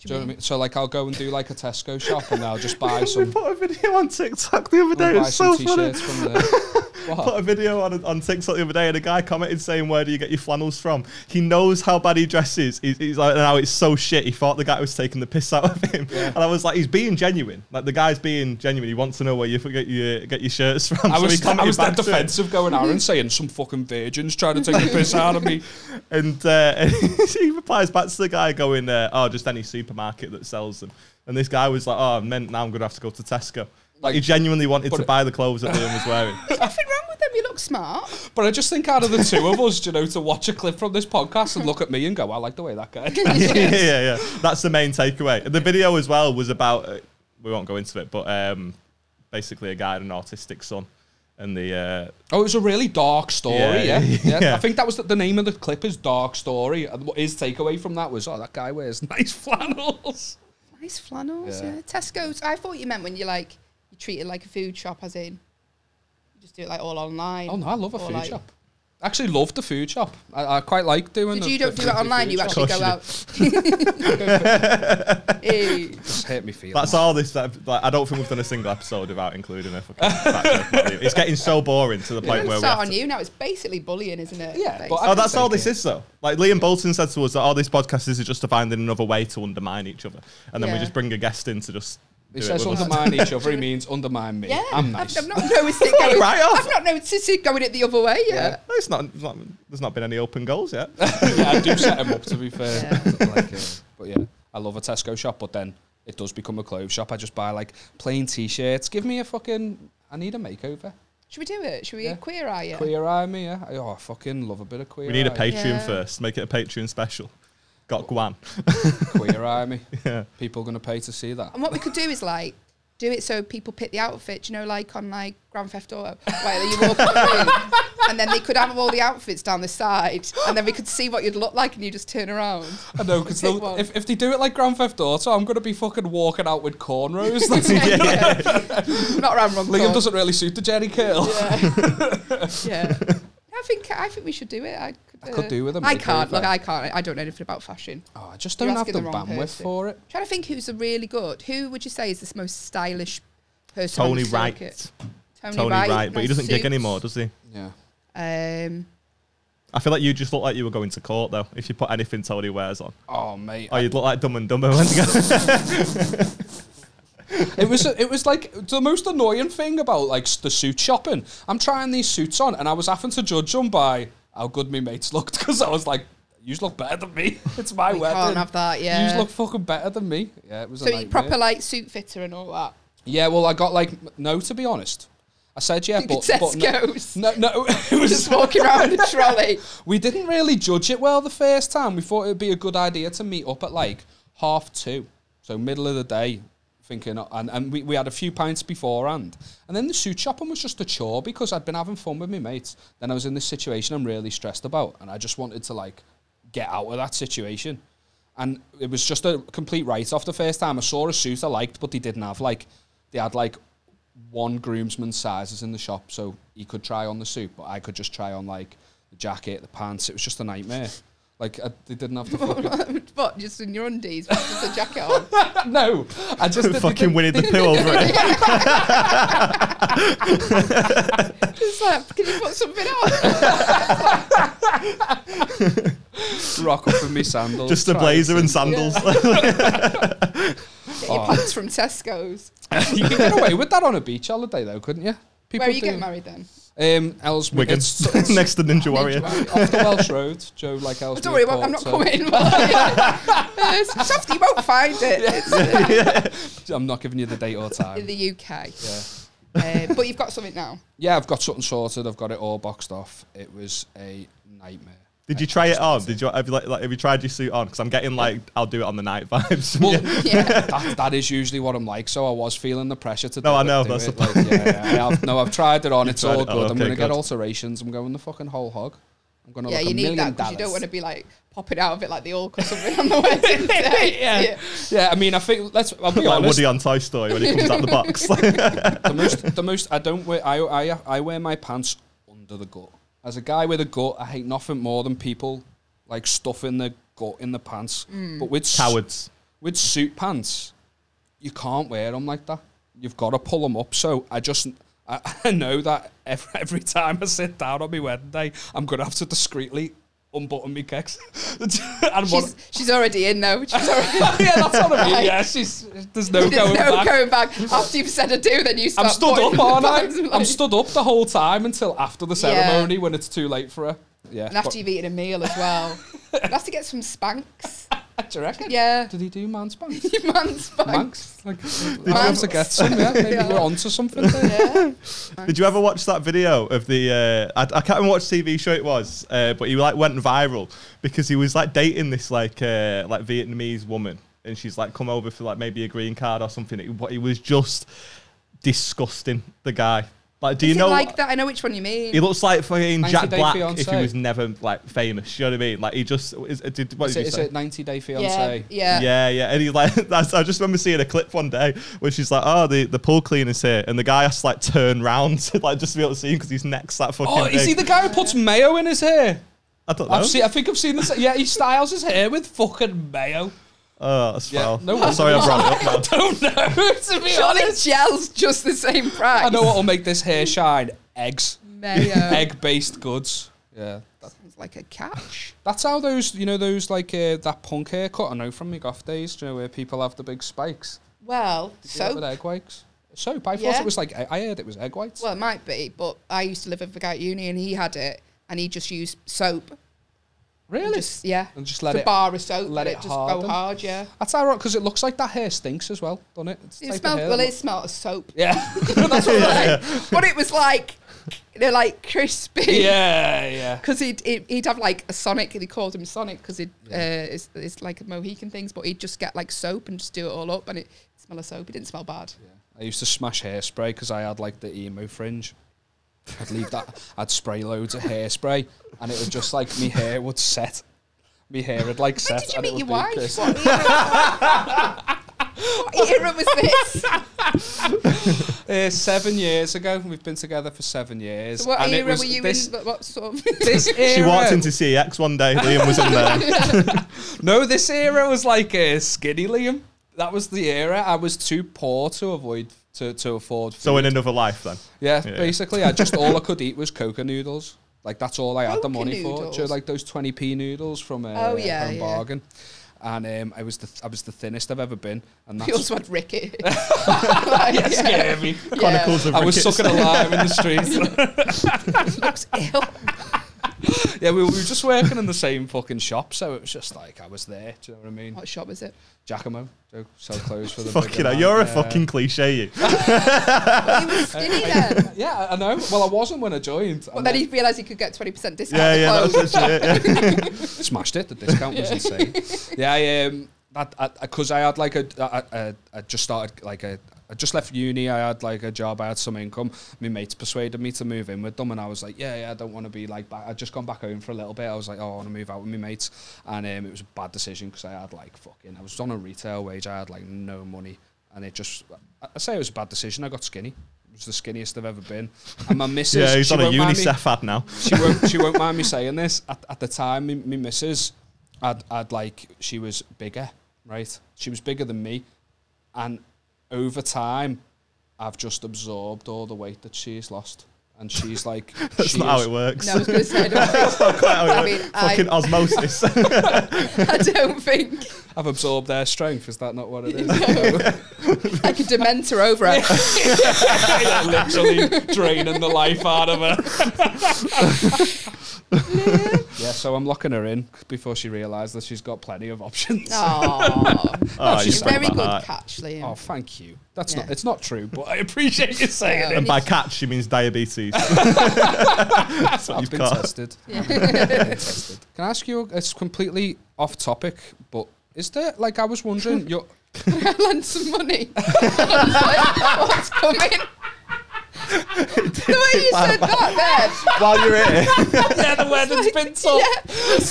Speaker 2: Do you know what I mean? So like I'll go and do like a Tesco shop, and I'll just buy some.
Speaker 3: put a video on TikTok the other
Speaker 2: I'll
Speaker 3: day.
Speaker 2: buy
Speaker 3: It's so
Speaker 2: some
Speaker 3: funny.
Speaker 2: t-shirts from there.
Speaker 3: Put
Speaker 2: What?
Speaker 3: a video on, on TikTok the other day, and a guy commented saying, "Where do you get your flannels from?" He knows how bad he dresses. He's, he's like, "Now it's so shit." He thought the guy was taking the piss out of him, and I was like, "He's being genuine. Like the guy's being genuine. He wants to know where you f- get your get your shirts from."
Speaker 2: I
Speaker 3: So he
Speaker 2: was I
Speaker 3: commented
Speaker 2: was that
Speaker 3: back to him.
Speaker 2: defensive going Aaron saying some fucking virgins trying to take the piss out of me.
Speaker 3: and uh, he replies back to the guy going, uh, "Oh, just any supermarket that sells them." And this guy was like, "Oh, I meant now I'm gonna have to go to Tesco."
Speaker 2: Like-
Speaker 3: Like, he genuinely wanted
Speaker 2: But
Speaker 3: to
Speaker 2: it-
Speaker 3: buy the clothes that Liam was wearing.
Speaker 1: There's nothing wrong with them. You look smart.
Speaker 2: But I just think out of the two of us, do you know, to watch a clip from this podcast and look at me and go, I like the way that guy. dresses."
Speaker 3: yeah, yeah, yeah. That's the main takeaway. And The video as well was about. Uh, we won't go into it, but um, basically a guy had an autistic son, and the uh,
Speaker 2: Oh, it was a really dark story. Yeah,
Speaker 3: Yeah,
Speaker 2: yeah.
Speaker 3: yeah.
Speaker 2: I think that was the, the name of the clip is "Dark Story," and what his takeaway from that was, "Oh, that guy wears nice flannels."
Speaker 1: Nice flannels,
Speaker 2: Yeah.
Speaker 1: yeah. Tesco's. I thought you meant when you like, you treat it like a food shop, as in, you just do it like all online.
Speaker 2: Oh no, I love a
Speaker 1: Or,
Speaker 2: food
Speaker 1: like-
Speaker 2: shop. Actually, loved the food shop. I, I quite like doing.
Speaker 1: Did
Speaker 2: the-
Speaker 1: you
Speaker 2: the
Speaker 1: don't do
Speaker 2: food-
Speaker 1: it
Speaker 2: the
Speaker 1: online?
Speaker 2: food
Speaker 1: You
Speaker 2: shop.
Speaker 1: actually go out. Hey.
Speaker 2: Just hurt me feelings.
Speaker 3: That's all this. That, like, I don't think we've done a single episode without including a fucking. fact check value. it's getting so boring to the point where
Speaker 1: Don't
Speaker 3: we
Speaker 1: start on
Speaker 3: have to-
Speaker 1: you now. It's basically bullying, isn't it?
Speaker 2: Yeah, but
Speaker 1: Basically.
Speaker 2: I
Speaker 3: Oh,
Speaker 2: can
Speaker 3: that's all
Speaker 2: take
Speaker 3: this
Speaker 2: it.
Speaker 3: is though. Like Liam Bolton said to us that all these podcasts is just to finding another way to undermine each other, and then we
Speaker 1: Yeah.
Speaker 3: just bring a guest in to just.
Speaker 2: He
Speaker 3: do it
Speaker 2: says
Speaker 3: with us.
Speaker 2: undermine each other. He means undermine me.
Speaker 1: yeah,
Speaker 2: I'm nice.
Speaker 1: I've, I've not noticed it going.
Speaker 3: Right off.
Speaker 1: I've not noticed it going it the other way. Yeah.
Speaker 3: It's not, it's not. There's not been any open goals yet.
Speaker 2: yeah, I do set him up to be fair.
Speaker 1: Yeah.
Speaker 2: Like, uh, but yeah, I love a Tesco shop, but then it does become a clothes shop. I just buy like plain t-shirts. Give me a fucking. I need a makeover.
Speaker 1: Should we do it? Should we
Speaker 2: Yeah.
Speaker 1: queer eye it?
Speaker 2: Queer eye me, yeah. I- Oh, I fucking love a bit of queer.
Speaker 3: we need a
Speaker 2: eye.
Speaker 3: Patreon
Speaker 1: Yeah.
Speaker 3: first. Make it a Patreon special. Got Guan.
Speaker 2: Queer eye me.
Speaker 3: Yeah.
Speaker 2: People gonna pay to see that.
Speaker 1: And what we could do is like do it so people pick the outfit, do you know, like on like Grand Theft Auto, like you walk in the room, and then they could have all the outfits down the side, and then we could see what you'd look like, and you just turn around.
Speaker 2: I know because
Speaker 1: Pick one.
Speaker 2: if, if they do it like Grand Theft Auto, I'm gonna be fucking walking out with cornrows. That's
Speaker 1: Yeah, yeah. Not around wrong.
Speaker 2: Liam
Speaker 1: corner.
Speaker 2: doesn't really suit the Jerry curl.
Speaker 1: Yeah. yeah. I think I think we should do it. I could, uh,
Speaker 2: I could do with a
Speaker 1: I can't.
Speaker 2: makeover.
Speaker 1: Look, I can't. I don't know anything about fashion.
Speaker 2: Oh, I just
Speaker 1: You're
Speaker 2: don't have the,
Speaker 1: asking the wrong
Speaker 2: bandwidth
Speaker 1: person.
Speaker 2: for it.
Speaker 1: trying to think who's a really good. Who would you say is this most stylish person? on
Speaker 3: Tony
Speaker 1: the
Speaker 3: Wright.
Speaker 1: circuit?
Speaker 3: Tony Wright, but
Speaker 1: nice
Speaker 3: he doesn't gig
Speaker 1: suits.
Speaker 3: anymore, does he?
Speaker 2: Yeah.
Speaker 1: Um,
Speaker 3: I feel like you just look like you were going to court though. If you put anything Tony wears on,
Speaker 2: Oh mate,
Speaker 3: oh, you'd look like Dumb and Dumber. wouldn't you?
Speaker 2: It was it was like the most annoying thing about like s- the suit shopping. I'm trying these suits on, and I was having to judge them by how good my mates looked because I was like, "You look better than me. It's my
Speaker 1: We
Speaker 2: wedding.
Speaker 1: can't have that,
Speaker 2: You
Speaker 1: yeah.
Speaker 2: look fucking better than me." Yeah, it was.
Speaker 1: so
Speaker 2: a
Speaker 1: you proper
Speaker 2: nightmare.
Speaker 1: like suit fitter and all that.
Speaker 2: Yeah, well, I got like m- no. To be honest, I said yeah, but, but no,
Speaker 1: Tesco's.
Speaker 2: no, no, it was
Speaker 1: Just walking around in a trolley.
Speaker 2: we didn't really judge it well the first time. We thought it would be a good idea to meet up at like half two, so middle of the day, thinking, uh, and, and we, we had a few pints beforehand. And then the suit shopping was just a chore because I'd been having fun with my mates. Then I was in this situation I'm really stressed about, and I just wanted to like get out of that situation. And it was just a complete write off the first time. I saw a suit I liked, but they didn't have like, they had like one groomsman sizes in the shop, so he could try on the suit, but I could just try on like the jacket, the pants. It was just a nightmare. Like I, they didn't have the fucking
Speaker 1: but just in your undies, with just a jacket on.
Speaker 2: no. I just they
Speaker 3: fucking
Speaker 2: didn't-
Speaker 3: Winnie the Pooh over it.
Speaker 1: Just like, can you put something on?
Speaker 2: rock up in me sandals.
Speaker 3: Just a
Speaker 2: try
Speaker 3: blazer
Speaker 2: it.
Speaker 3: and sandals.
Speaker 1: Get
Speaker 2: Oh.
Speaker 1: your pants from Tesco's.
Speaker 2: you can get away with that on a beach holiday though, couldn't you? People
Speaker 1: Where are you
Speaker 2: do.
Speaker 1: getting married then?
Speaker 2: Um, Ellesmere.
Speaker 3: Wigan
Speaker 2: It's, it's
Speaker 3: next to Ninja Warrior.
Speaker 2: off the Welsh Road, Joe. Like Ellesmere.
Speaker 1: Don't worry, well, I'm not
Speaker 2: Port, uh, so
Speaker 1: coming. Yes, Shafty, you won't find it. It's uh,
Speaker 2: I'm not giving you the date or
Speaker 1: in
Speaker 2: time.
Speaker 1: the UK.
Speaker 2: yeah.
Speaker 1: Uh, but you've got something now.
Speaker 2: yeah, I've got something sorted. I've got it all boxed off. It was a nightmare.
Speaker 3: Did you try it on? Did you have you, like, like, have you tried your suit on? Because I'm getting like I'll do it on the night vibes.
Speaker 2: Well,
Speaker 1: Yeah.
Speaker 2: that, that is usually what I'm like. So I was feeling the pressure to.
Speaker 3: No,
Speaker 2: do
Speaker 3: I
Speaker 2: it-
Speaker 3: know,
Speaker 2: do
Speaker 3: that's
Speaker 2: it.
Speaker 3: the
Speaker 2: Like, yeah, yeah, I've, no, I've tried it on. it's
Speaker 3: tried
Speaker 2: all
Speaker 3: it
Speaker 2: good.
Speaker 3: on,
Speaker 2: I'm
Speaker 3: okay,
Speaker 2: gonna get
Speaker 3: good.
Speaker 2: alterations. I'm going the fucking whole hog. I'm gonna.
Speaker 1: yeah,
Speaker 2: look
Speaker 1: you
Speaker 2: a
Speaker 1: need
Speaker 2: million
Speaker 1: that because you don't
Speaker 2: dollars.
Speaker 1: want to be like popping out of it like the orc or something on the wedding day.
Speaker 2: yeah. yeah, I mean, I think let's. I'll be
Speaker 3: like
Speaker 2: honest.
Speaker 3: Woody on Toy Story when he comes out the box. Like,
Speaker 2: the most, the most. I don't wear. I, I, I wear my pants under the gut. As a guy with a gut, I hate nothing more than people like stuffing their gut in the pants.
Speaker 1: Mm.
Speaker 2: But with s-
Speaker 3: cowards.
Speaker 2: with suit pants, you can't wear them like that. You've got to pull them up. So I just I, I know that every, every time I sit down on my wedding day, I'm gonna have to discreetly unbutton my kicks. and one,
Speaker 1: She's, she's already in though. She's already
Speaker 2: yeah, that's what I mean.
Speaker 1: Right.
Speaker 2: Yeah, she's there's no
Speaker 1: There's
Speaker 2: going
Speaker 1: no
Speaker 2: back.
Speaker 1: going back. After you've said a do, then you start.
Speaker 2: I'm stood
Speaker 1: pointing
Speaker 2: up,
Speaker 1: at the
Speaker 2: aren't
Speaker 1: bags and
Speaker 2: I? I'm
Speaker 1: like-
Speaker 2: stood up the whole time until after the
Speaker 1: Yeah.
Speaker 2: ceremony when it's too late for her. Yeah.
Speaker 1: And after you've eaten a meal as well. you have to get some spanks.
Speaker 2: but, do you reckon?
Speaker 1: Yeah.
Speaker 2: Did he do man spanks?
Speaker 1: Your man spanks.
Speaker 2: Manx? Like, I have to get some, yeah. Maybe
Speaker 1: Yeah.
Speaker 2: we're onto something there.
Speaker 1: Yeah.
Speaker 3: Did you ever watch that video of the? Uh, I, I can't remember which TV show it was, uh, but he like went viral because he was like dating this like uh, like Vietnamese woman, and she's like come over for like maybe a green card or something. It, but he was just disgusting. The guy. Like, do
Speaker 1: Is
Speaker 3: you
Speaker 1: it
Speaker 3: know?
Speaker 1: like that? I know which one you mean.
Speaker 3: He looks like fucking
Speaker 2: 90
Speaker 3: Jack
Speaker 2: Day
Speaker 3: Black if he
Speaker 2: Fiancé.
Speaker 3: was never like famous. You know what I mean? Like he just is. uh, Did, what
Speaker 2: Is
Speaker 3: did
Speaker 2: it,
Speaker 3: you
Speaker 2: is
Speaker 3: say?
Speaker 2: it 90 Day
Speaker 1: yeah,
Speaker 2: Fiance?
Speaker 1: yeah.
Speaker 3: yeah, yeah. And he's like, that's, I just remember seeing a clip one day where she's like, oh, the, the pool cleaner's here. And the guy has to like turn round to like just be able to see him because his neck's that fucking
Speaker 2: Oh,
Speaker 3: big.
Speaker 2: is he the guy who puts mayo in his hair?
Speaker 3: I "Oh, don't know.
Speaker 2: I've seen, I think I've seen this. Yeah, he styles his hair with fucking mayo.
Speaker 3: oh, that's
Speaker 2: Yeah,
Speaker 3: foul.
Speaker 2: no wonder
Speaker 3: Sorry I
Speaker 2: he's
Speaker 3: brought it up now.
Speaker 2: Don't know, to be
Speaker 1: Surely
Speaker 2: honest.
Speaker 1: gel's just the same price.
Speaker 2: I know what will make this hair shine eggs.
Speaker 1: Mayo.
Speaker 2: Egg based goods. Yeah. That-
Speaker 1: Sounds like a catch.
Speaker 2: That's how those, you know, those like uh, that punk haircut I know from my goth days, do you know, where people have the big spikes.
Speaker 1: Well,
Speaker 2: Do you know,
Speaker 1: so
Speaker 2: With egg whites. Soap. I
Speaker 1: Yeah.
Speaker 2: thought it was like, I I heard it was egg whites.
Speaker 1: well, it might be, but I used to live with a guy at uni, and he had it, and he just used soap.
Speaker 2: really?
Speaker 1: Just, yeah,
Speaker 2: and just let
Speaker 1: the
Speaker 2: it.
Speaker 1: bar of soap,
Speaker 2: let
Speaker 1: let,
Speaker 2: it
Speaker 1: it, just
Speaker 2: harden.
Speaker 1: go hard. Yeah,
Speaker 2: That's ironic because it looks like that hair stinks as well, doesn't it? It's
Speaker 1: it
Speaker 2: like the
Speaker 1: smelled.
Speaker 2: hair
Speaker 1: Well,
Speaker 2: that
Speaker 1: it smelled of soap,
Speaker 2: look- Yeah.
Speaker 1: but it was like they're like crispy.
Speaker 2: yeah, yeah.
Speaker 1: Because he'd, he'd, he'd have like a Sonic, they called him Sonic because it, uh, it's, it's like Mohican things, but he'd just get like soap and just do it all up and it smelled of soap. It didn't smell bad.
Speaker 2: I used to smash hairspray because I had like the emo fringe. I'd leave that. I'd spray loads of hairspray, and it would just like my hair would set. My hair would like
Speaker 1: When
Speaker 2: set.
Speaker 1: did you
Speaker 2: and it
Speaker 1: meet your
Speaker 2: would be
Speaker 1: wife?
Speaker 2: crisp.
Speaker 1: What era? what era was this?
Speaker 2: Uh, seven years ago, we've been together for seven years.
Speaker 1: What
Speaker 2: and it
Speaker 1: era
Speaker 2: was
Speaker 1: were you
Speaker 2: this,
Speaker 1: in? What, what sort of?
Speaker 2: This era,
Speaker 3: She walked into CEX one day. Liam was in there.
Speaker 2: No, this era was like uh, skinny Liam. That was the era. I was too poor to avoid to, to afford. Food.
Speaker 3: so in another life then.
Speaker 2: Yeah,
Speaker 3: Yeah.
Speaker 2: basically, I just all I could eat was coca noodles. Like that's all I had
Speaker 1: Coca
Speaker 2: the money for. Do you
Speaker 1: noodles?
Speaker 2: like those twenty p noodles from uh,
Speaker 1: Oh, yeah,
Speaker 2: Home
Speaker 1: yeah.
Speaker 2: Bargain? And um, I was the th- I was the thinnest I've ever been, and
Speaker 1: You
Speaker 2: that's
Speaker 1: also had Ricky. Like,
Speaker 2: yeah, scared me.
Speaker 1: yeah.
Speaker 3: Chronicles of
Speaker 2: I was
Speaker 3: Rickets.
Speaker 2: sucking a lime in the streets.
Speaker 1: Looks ill.
Speaker 2: yeah, we, we were just working in the same fucking shop, so it was just like I was there. Do you know what I mean?
Speaker 1: What shop was it?
Speaker 2: Giacomo, so sell clothes for the
Speaker 3: Fucking
Speaker 2: bigger
Speaker 3: hell,
Speaker 2: man,
Speaker 3: you're a
Speaker 2: yeah.
Speaker 3: fucking cliche. You.
Speaker 1: Well, he
Speaker 2: Uh,
Speaker 1: was skinny then.
Speaker 2: Yeah, I know. Well, I wasn't when I joined.
Speaker 1: But then he realised he could get 20% discount.
Speaker 3: Yeah, yeah,
Speaker 1: on
Speaker 3: that's
Speaker 1: clothes.
Speaker 3: literally it. Yeah.
Speaker 2: smashed it. The discount was insane. Yeah, I, um, that because I, had like a, I, I, I just started like a. I just left uni. I had like a job. I had some income. My mates persuaded me to move in with them, and I was like, "Yeah, yeah, I don't want to be like." Back. I'd just gone back home for a little bit. I was like, "Oh, I want to move out with my mates," and um, it was a bad decision because I had like fucking. I was on a retail wage. I had like no money, and it just. I, I say it was a bad decision. I got skinny. It was the skinniest I've ever been, and my missus.
Speaker 3: yeah, he's
Speaker 2: she
Speaker 3: on a
Speaker 2: won't mind me-
Speaker 3: UNICEF ad now.
Speaker 2: she won't she won't mind me saying this. At, at the time, me, me missus, I'd, I'd like she was bigger, right? She was bigger than me, and over time, I've just absorbed all the weight that she's lost, and she's like
Speaker 3: That's
Speaker 2: she
Speaker 3: not how
Speaker 2: is-
Speaker 3: it works.
Speaker 1: No, I was going to say, I don't think,
Speaker 3: That's not how it
Speaker 1: I
Speaker 3: works.
Speaker 1: mean, I-
Speaker 3: Fucking osmosis. Oh,
Speaker 1: I don't think
Speaker 2: I've absorbed their strength. Is that not what it is?
Speaker 1: like a dementor over it.
Speaker 2: Yeah, literally draining the life out of her. yeah, so I'm locking her in before she realises that she's got plenty of options.
Speaker 1: Oh,
Speaker 3: Oh, you
Speaker 1: she's
Speaker 3: broke
Speaker 1: very
Speaker 3: my
Speaker 1: good
Speaker 3: heart.
Speaker 1: catch, Liam.
Speaker 2: Oh, thank you. That's
Speaker 1: Yeah.
Speaker 2: not. It's not true, but I appreciate you saying
Speaker 1: Yeah.
Speaker 2: it.
Speaker 3: And by catch, she means diabetes. That's what
Speaker 2: I've
Speaker 3: you've
Speaker 2: been
Speaker 3: got.
Speaker 2: tested.
Speaker 1: Yeah.
Speaker 2: Can I ask you? It's completely off topic, but is there like I was wondering? Your
Speaker 1: I lent some money. What's coming? The way you said that then.
Speaker 3: While you're here,
Speaker 2: yeah, the weather's
Speaker 1: like,
Speaker 2: been tough.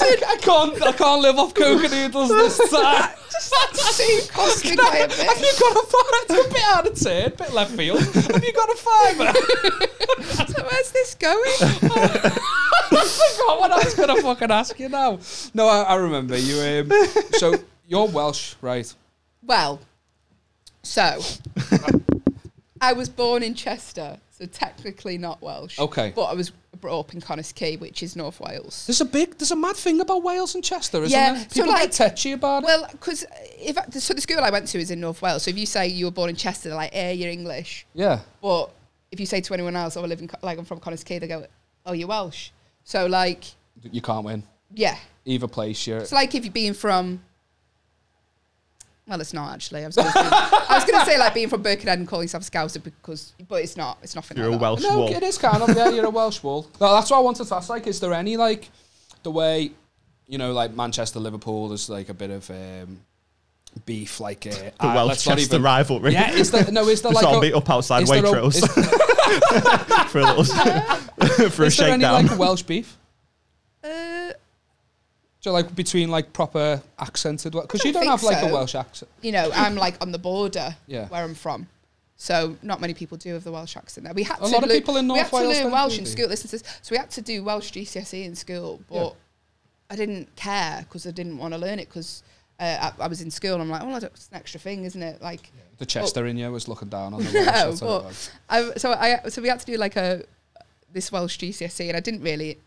Speaker 2: I can't. I can't live off coca noodles this time.
Speaker 1: That's too costly by a
Speaker 2: Have
Speaker 1: bit.
Speaker 2: you got a five? It's a bit out of turn, bit left field. Have you got a fiver?
Speaker 1: So where's this going?
Speaker 2: I forgot what I was gonna fucking ask you now. No, I, I remember you. Um, so you're Welsh, right?
Speaker 1: Well, so I was born in Chester, so technically not Welsh.
Speaker 2: Okay.
Speaker 1: But I was brought up in Connors Key, which is North Wales.
Speaker 2: There's a big, there's a mad thing about Wales and Chester, isn't
Speaker 1: Yeah,
Speaker 2: there?
Speaker 1: so
Speaker 2: People
Speaker 1: like-
Speaker 2: get tetchy about it.
Speaker 1: Well, because if I, so, the school I went to is in North Wales. So if you say you were born in Chester, they're like, "Eh, you're English."
Speaker 2: Yeah.
Speaker 1: But if you say to anyone else, "Oh, I live in Co- like I'm from Connors Key," they go, "Oh, you're Welsh." So like,
Speaker 2: You can't win.
Speaker 1: yeah,
Speaker 2: Either place, you're.
Speaker 1: it's like if you're being from. Well, it's not actually. I was going to say like being from Birkenhead and calling yourself Scouser because, but it's not. It's nothing.
Speaker 3: you're a
Speaker 1: like that.
Speaker 3: Welsh
Speaker 2: no,
Speaker 3: wolf.
Speaker 2: it is kind of. Yeah, you're a Welsh wall. No, that's what I wanted to ask. Like, is there any like the way you know, like Manchester, Liverpool? There's like a bit of um, beef like uh,
Speaker 3: The
Speaker 2: uh,
Speaker 3: Welsh
Speaker 2: let's not
Speaker 3: Chester
Speaker 2: even-
Speaker 3: rivalry.
Speaker 2: Yeah, is there no? Is there
Speaker 3: Just
Speaker 2: like
Speaker 3: all
Speaker 2: a,
Speaker 3: meet up outside
Speaker 2: is there a-
Speaker 3: Waitrose.
Speaker 2: is-
Speaker 3: for a little for a
Speaker 2: is there any
Speaker 3: shakedown.
Speaker 2: like Welsh beef?
Speaker 1: Uh,
Speaker 2: So like between like proper accented because you
Speaker 1: don't
Speaker 2: don't have
Speaker 1: think
Speaker 2: like a
Speaker 1: so.
Speaker 2: Welsh accent.
Speaker 1: you know, I'm like on the border
Speaker 2: Yeah.
Speaker 1: where I'm from. So not many people do have the Welsh accent there. We had
Speaker 2: A
Speaker 1: to
Speaker 2: lot of
Speaker 1: learn-
Speaker 2: people in
Speaker 1: we
Speaker 2: North
Speaker 1: had to
Speaker 2: Wales
Speaker 1: learn
Speaker 2: don't
Speaker 1: Welsh
Speaker 2: do
Speaker 1: in
Speaker 2: they?
Speaker 1: school. Listen to this. So we had to do Welsh GCSE E in school, but
Speaker 2: Yeah.
Speaker 1: I didn't care because I didn't want to learn it because uh, I, I was in school. and I'm like, well, I don't- it's an extra thing, isn't it? Like,
Speaker 2: The Chester in you was looking down on the
Speaker 1: No, Oh, but-
Speaker 2: Welsh. I'll tell you that.
Speaker 1: I, so I so we had to do like a this Welsh GCSE, E and I didn't really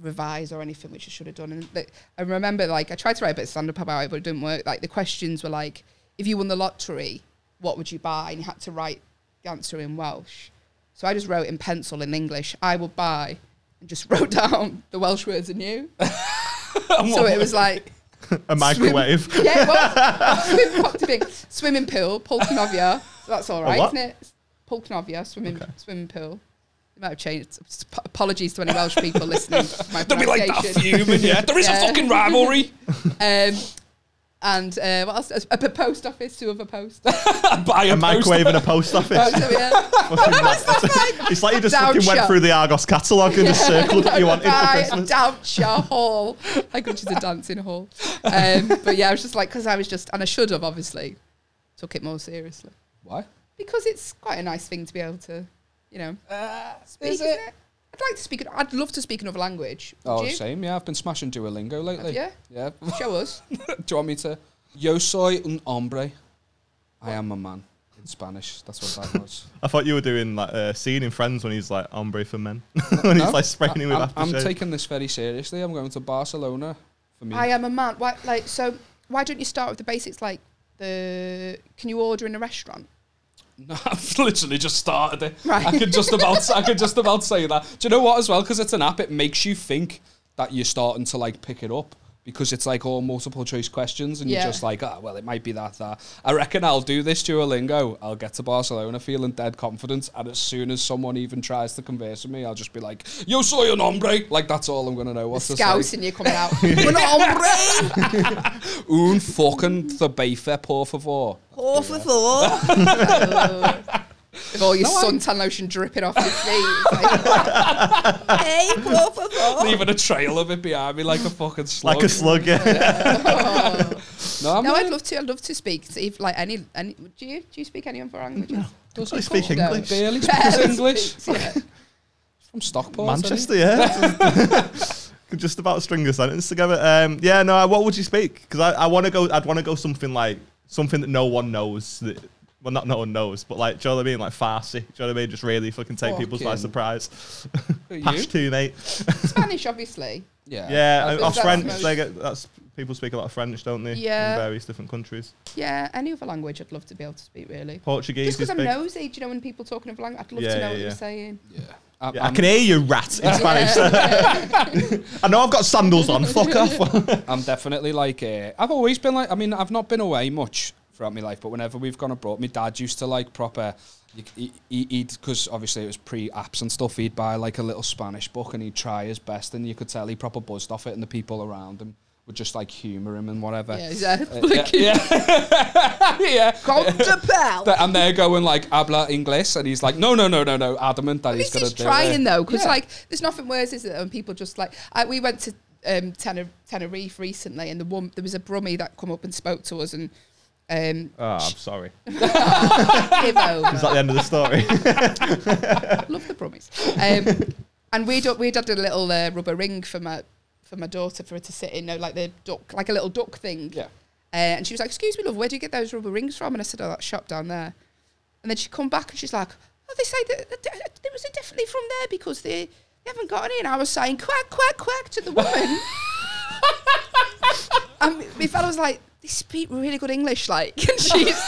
Speaker 1: revise or anything, which I should have done. And the, I remember like I tried to write a bit of stand up about it, but it didn't work. Like the questions were like, if you won the lottery, what would you buy? And you had to write the answer in Welsh. So I just wrote in pencil in English, I would buy, and just wrote down the Welsh words I knew. so it was like
Speaker 3: a microwave.
Speaker 1: Swim, yeah, well, swim, pop to big swimming pool, Polkanovia. That's all right,
Speaker 3: what?
Speaker 1: isn't it? Polkanovia, swimming swimming pool. It might have changed. Ap- Apologies to any Welsh people listening. To my
Speaker 2: They'll be like that
Speaker 1: pronunciation.
Speaker 2: fuming. Yeah, there is a
Speaker 1: Yeah.
Speaker 2: fucking rivalry.
Speaker 1: Um, and uh, what else? A, a post office to other post. so,
Speaker 2: Buy a,
Speaker 3: A
Speaker 2: post.
Speaker 3: microwave and a post office.
Speaker 1: yeah.
Speaker 3: it's like you just
Speaker 1: Down
Speaker 3: fucking went
Speaker 1: shop.
Speaker 3: through the Argos catalogue and just circled what you wanted for
Speaker 1: Right,
Speaker 3: Christmas.
Speaker 1: Dampshire Hall, like which is a dancing hall. Um, but yeah, I was just like, because I was just, and I should have obviously took it more seriously.
Speaker 2: Why?
Speaker 1: because it's quite a nice thing to be able to, you know,
Speaker 2: Uh,
Speaker 1: speak. Is it? I'd like to speak. an- I'd love to speak another language. Would
Speaker 2: Oh,
Speaker 1: you?
Speaker 2: same. Yeah, I've been smashing Duolingo lately.
Speaker 1: Have
Speaker 2: Yeah.
Speaker 1: Show us.
Speaker 2: Do you want me to? Yo soy un hombre. I am a man in Spanish. That's what that was.
Speaker 3: I thought you were doing like a scene in Friends when he's like ombre for men, when he's
Speaker 2: No.
Speaker 3: like spraying him with
Speaker 2: I'm, I'm
Speaker 3: aftershave.
Speaker 2: taking this very seriously. I'm going to Barcelona for me.
Speaker 1: I am a man. Why, like, so why don't you start with the basics? Like, the can you order in a restaurant?
Speaker 2: No, I've literally just started it.
Speaker 1: Right.
Speaker 2: I could just about I could just about say that. Do you know what as well? Because it's an app, it makes you think that you're starting to like pick it up because it's like all multiple choice questions, and
Speaker 1: Yeah.
Speaker 2: you're just like, ah, well, it might be that that. I reckon I'll do this Duolingo. I'll get to Barcelona feeling dead confident, and as soon as someone even tries to converse with me, I'll just be like, yo soy un hombre. Like that's all I'm gonna know. What to say.
Speaker 1: Scouse and you coming out. We're not on brain.
Speaker 2: Un fucking cerveza, por favor.
Speaker 1: Or for thought. With all your
Speaker 2: No, I-
Speaker 1: suntan lotion dripping off your feet. It's like, hey, por favor.
Speaker 2: Leaving a trail of it behind me like a fucking slug.
Speaker 3: like a slug. Yeah.
Speaker 2: no, I'm
Speaker 1: No,
Speaker 2: not-
Speaker 1: I'd love to. I'd love to speak. To, if, like any, any, do you do you speak any other languages?
Speaker 2: Does
Speaker 3: I
Speaker 2: he
Speaker 3: speak
Speaker 2: call- no,
Speaker 3: English.
Speaker 2: barely speaks English.
Speaker 1: Yeah.
Speaker 2: From Stockport. isn't he?
Speaker 3: Manchester, yeah. Could just about string a sentence together. Um, yeah, no. I- What would you speak? Because I, I want to go. I'd want to go something like something that no one knows. That, well, not no one knows, but like, do you know what I mean? Like Farsi. Do you know what I mean? Just really fucking take people by
Speaker 2: Fucking-
Speaker 3: surprise.
Speaker 2: Who are you?
Speaker 3: Pashto, mate.
Speaker 1: Spanish, obviously.
Speaker 2: Yeah.
Speaker 3: Yeah,
Speaker 2: I
Speaker 3: and
Speaker 2: think
Speaker 3: our
Speaker 1: that's
Speaker 3: French.
Speaker 1: most-
Speaker 3: They get that's people speak a lot of French, don't they?
Speaker 1: Yeah.
Speaker 3: in various different countries.
Speaker 1: Yeah, any other language I'd love to be able to speak, really.
Speaker 3: Portuguese
Speaker 1: Just
Speaker 3: is
Speaker 1: because I'm
Speaker 3: big.
Speaker 1: nosy, do you know, when people talking of language, I'd love
Speaker 3: Yeah,
Speaker 1: to know
Speaker 3: yeah,
Speaker 1: what
Speaker 3: yeah.
Speaker 1: you're saying.
Speaker 2: Yeah. I'm,
Speaker 3: Yeah, I can hear you, rat, in Spanish. I know I've got sandals on. Fuck off.
Speaker 2: I'm, I'm definitely like, uh, I've always been like, I mean, I've not been away much throughout my life, but whenever we've gone abroad, my dad used to like proper, you c- he- he'd, because obviously it was pre apps and stuff, he'd buy like a little Spanish book and he'd try his best, and you could tell he proper buzzed off it, and the people around him would just like humour him and whatever.
Speaker 1: Yeah, exactly.
Speaker 2: Uh, yeah. yeah.
Speaker 1: Contrapel.
Speaker 2: Th- and they're going like habla ingles and he's like no no no no no adamant that
Speaker 1: At
Speaker 2: he's
Speaker 1: least
Speaker 2: gonna
Speaker 1: he's
Speaker 2: do
Speaker 1: trying,
Speaker 2: it.
Speaker 1: though, because,
Speaker 2: Yeah.
Speaker 1: like, there's nothing worse, is there, when people just, like, I, we went to um, Tener- Tenerife recently, and the one, there was a brummie that come up and spoke to us, and um,
Speaker 3: Oh, I'm sorry.
Speaker 1: give over.
Speaker 3: Is that the end of the story?
Speaker 1: love the brummies. Um, and we'd we'd had a little uh, rubber ring for my for my daughter for her to sit in, you know, like the duck, like a little duck thing.
Speaker 2: yeah
Speaker 1: Uh, and she was like, "Excuse me, love, where do you get those rubber rings from?" And I said, "Oh, that shop down there." And then she come back and she's like, "Oh, they say that, that, that it was definitely from there because they, they haven't got any." And I was saying, "Quack, quack, quack" to the woman. and my fella was like, "They speak really good English," like, and she's.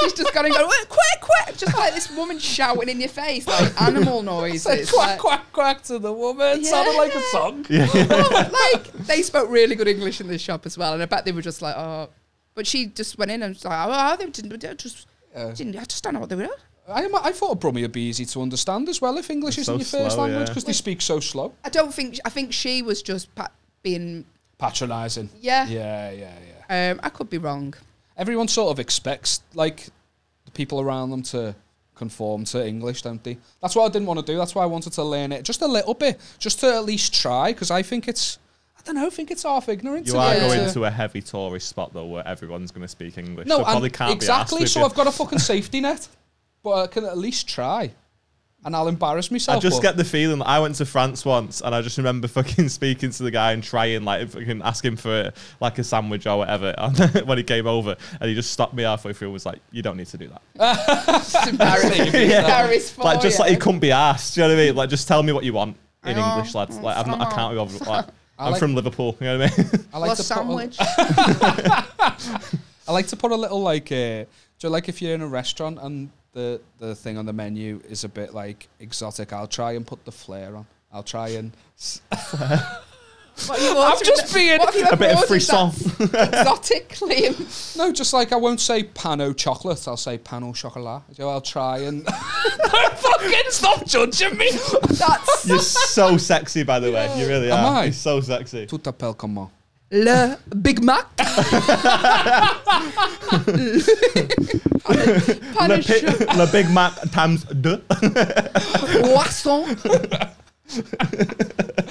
Speaker 1: She's just gone and gone, "Well, quack, quack, just like this woman shouting in your face, like animal noises.
Speaker 2: Said quack
Speaker 1: like-
Speaker 2: quack quack to the woman sounded like a
Speaker 1: Yeah.
Speaker 2: song
Speaker 1: like they spoke really good English in this shop as well, and I bet they were just like, oh. But she just went in and was like, oh, they didn't, they just
Speaker 2: Yeah.
Speaker 1: didn't. I just don't know what they were.
Speaker 2: I, am, I thought a brummie would be easy to understand as well if English
Speaker 3: It's
Speaker 2: isn't
Speaker 3: so
Speaker 2: your first
Speaker 3: slow,
Speaker 2: language
Speaker 3: yeah.
Speaker 2: because they speak so slow
Speaker 1: I don't think. I think she was just pa- being.
Speaker 2: patronising
Speaker 1: Yeah.
Speaker 2: yeah yeah yeah
Speaker 1: Um, I could be wrong.
Speaker 2: everyone sort of expects like the people around them to conform to English, don't they? That's what I didn't want to do. That's why I wanted to learn it just a little bit, just to at least try, because I think it's I don't know, I think it's half ignorant.
Speaker 3: You
Speaker 2: to
Speaker 3: are
Speaker 2: be able
Speaker 3: going
Speaker 2: to-
Speaker 3: to a heavy tourist spot though, where everyone's going to speak English.
Speaker 2: no,
Speaker 3: so
Speaker 2: and
Speaker 3: probably can't
Speaker 2: exactly.
Speaker 3: Be asked
Speaker 2: so I've got a fucking safety net, but I can at least try, and I'll embarrass myself.
Speaker 3: I just
Speaker 2: but-
Speaker 3: get the feeling that I went to France once and I just remember fucking speaking to the guy and trying like fucking ask him for like a sandwich or whatever and when he came over and he just stopped me halfway through and was like, You don't need to do that.
Speaker 1: It's embarrassing. Embarrassed for
Speaker 3: like just
Speaker 1: you.
Speaker 3: like he couldn't be asked. Do you know what I mean? Like just tell me what you want
Speaker 1: I
Speaker 3: in
Speaker 1: know.
Speaker 3: English, lads. Like I'm not, I can't be bothered. Like,
Speaker 2: I
Speaker 3: I'm
Speaker 2: like-
Speaker 3: from Liverpool. You know what I mean?
Speaker 2: I like
Speaker 1: Plus
Speaker 2: to put
Speaker 1: sandwich.
Speaker 2: a, I like to put a little like uh, do you like if you're in a restaurant and the the thing on the menu is a bit like exotic. I'll try and put the flair on. I'll try and.
Speaker 1: What are you
Speaker 2: I'm
Speaker 1: ordering?
Speaker 2: just being
Speaker 1: What have you
Speaker 3: a bit of
Speaker 1: ordered
Speaker 3: frisson.
Speaker 1: that Exotically.
Speaker 2: no, just like I won't say pano chocolate. I'll say pano chocolat. So I'll try and. fucking stop judging me.
Speaker 1: That's
Speaker 3: You're so sexy, by the way. You really
Speaker 2: Am
Speaker 3: are.
Speaker 2: I?
Speaker 3: You're so sexy.
Speaker 2: Tout appel comment.
Speaker 1: Le Big Mac. Pan
Speaker 3: Le,
Speaker 1: and
Speaker 3: pi-
Speaker 1: sugar.
Speaker 3: Le Big Mac times deux.
Speaker 1: Croissant.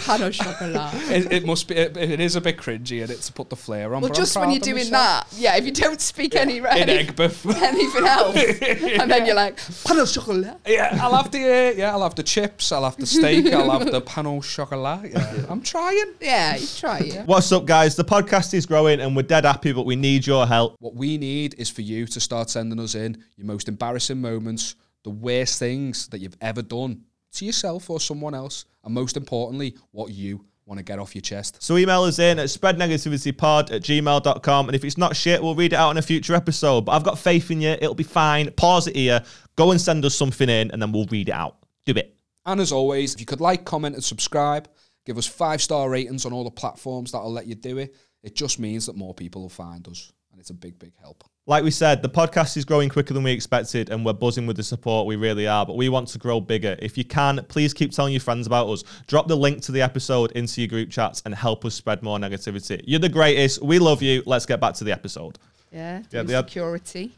Speaker 1: Pan au chocolat.
Speaker 2: It, it must be. It, it is a bit cringy, and it's to put the flair on.
Speaker 1: Well,
Speaker 2: but I'm
Speaker 1: just when
Speaker 2: proud
Speaker 1: you're
Speaker 2: of
Speaker 1: doing
Speaker 2: myself.
Speaker 1: that, yeah, if you don't speak any,
Speaker 2: in
Speaker 1: any
Speaker 2: Egbert.
Speaker 1: anything else, and then you're like, pan au chocolat.
Speaker 2: Yeah, I'll have the uh, yeah, I'll have the chips, I'll have the steak, I'll have the pano chocolat. Yeah. I'm trying.
Speaker 1: Yeah, you try it.
Speaker 3: What's up, guys? The podcast is growing and we're dead happy, but we need your help.
Speaker 2: What we need is for you to start sending us in your most embarrassing moments, the worst things that you've ever done to yourself or someone else, and most importantly, what you want to get off your chest.
Speaker 3: So email us in at spreadnegativitypod at gmail.com. And if it's not shit, we'll read it out in a future episode. But I've got faith in you. It'll be fine. Pause it here. Go and send us something in and then we'll read it out. Do it.
Speaker 2: And as always, if you could like, comment, and subscribe, give us five star ratings on all the platforms that'll let you do it. It just means that more people will find us, and it's a big, big help.
Speaker 3: Like we said, the podcast is growing quicker than we expected, and we're buzzing with the support. We really are, but we want to grow bigger. If you can, please keep telling your friends about us. Drop the link to the episode into your group chats and help us spread more negativity. You're the greatest. We love you. Let's get back to the episode.
Speaker 1: Yeah,
Speaker 3: Yeah,
Speaker 1: do
Speaker 3: they had-
Speaker 1: security.
Speaker 2: you?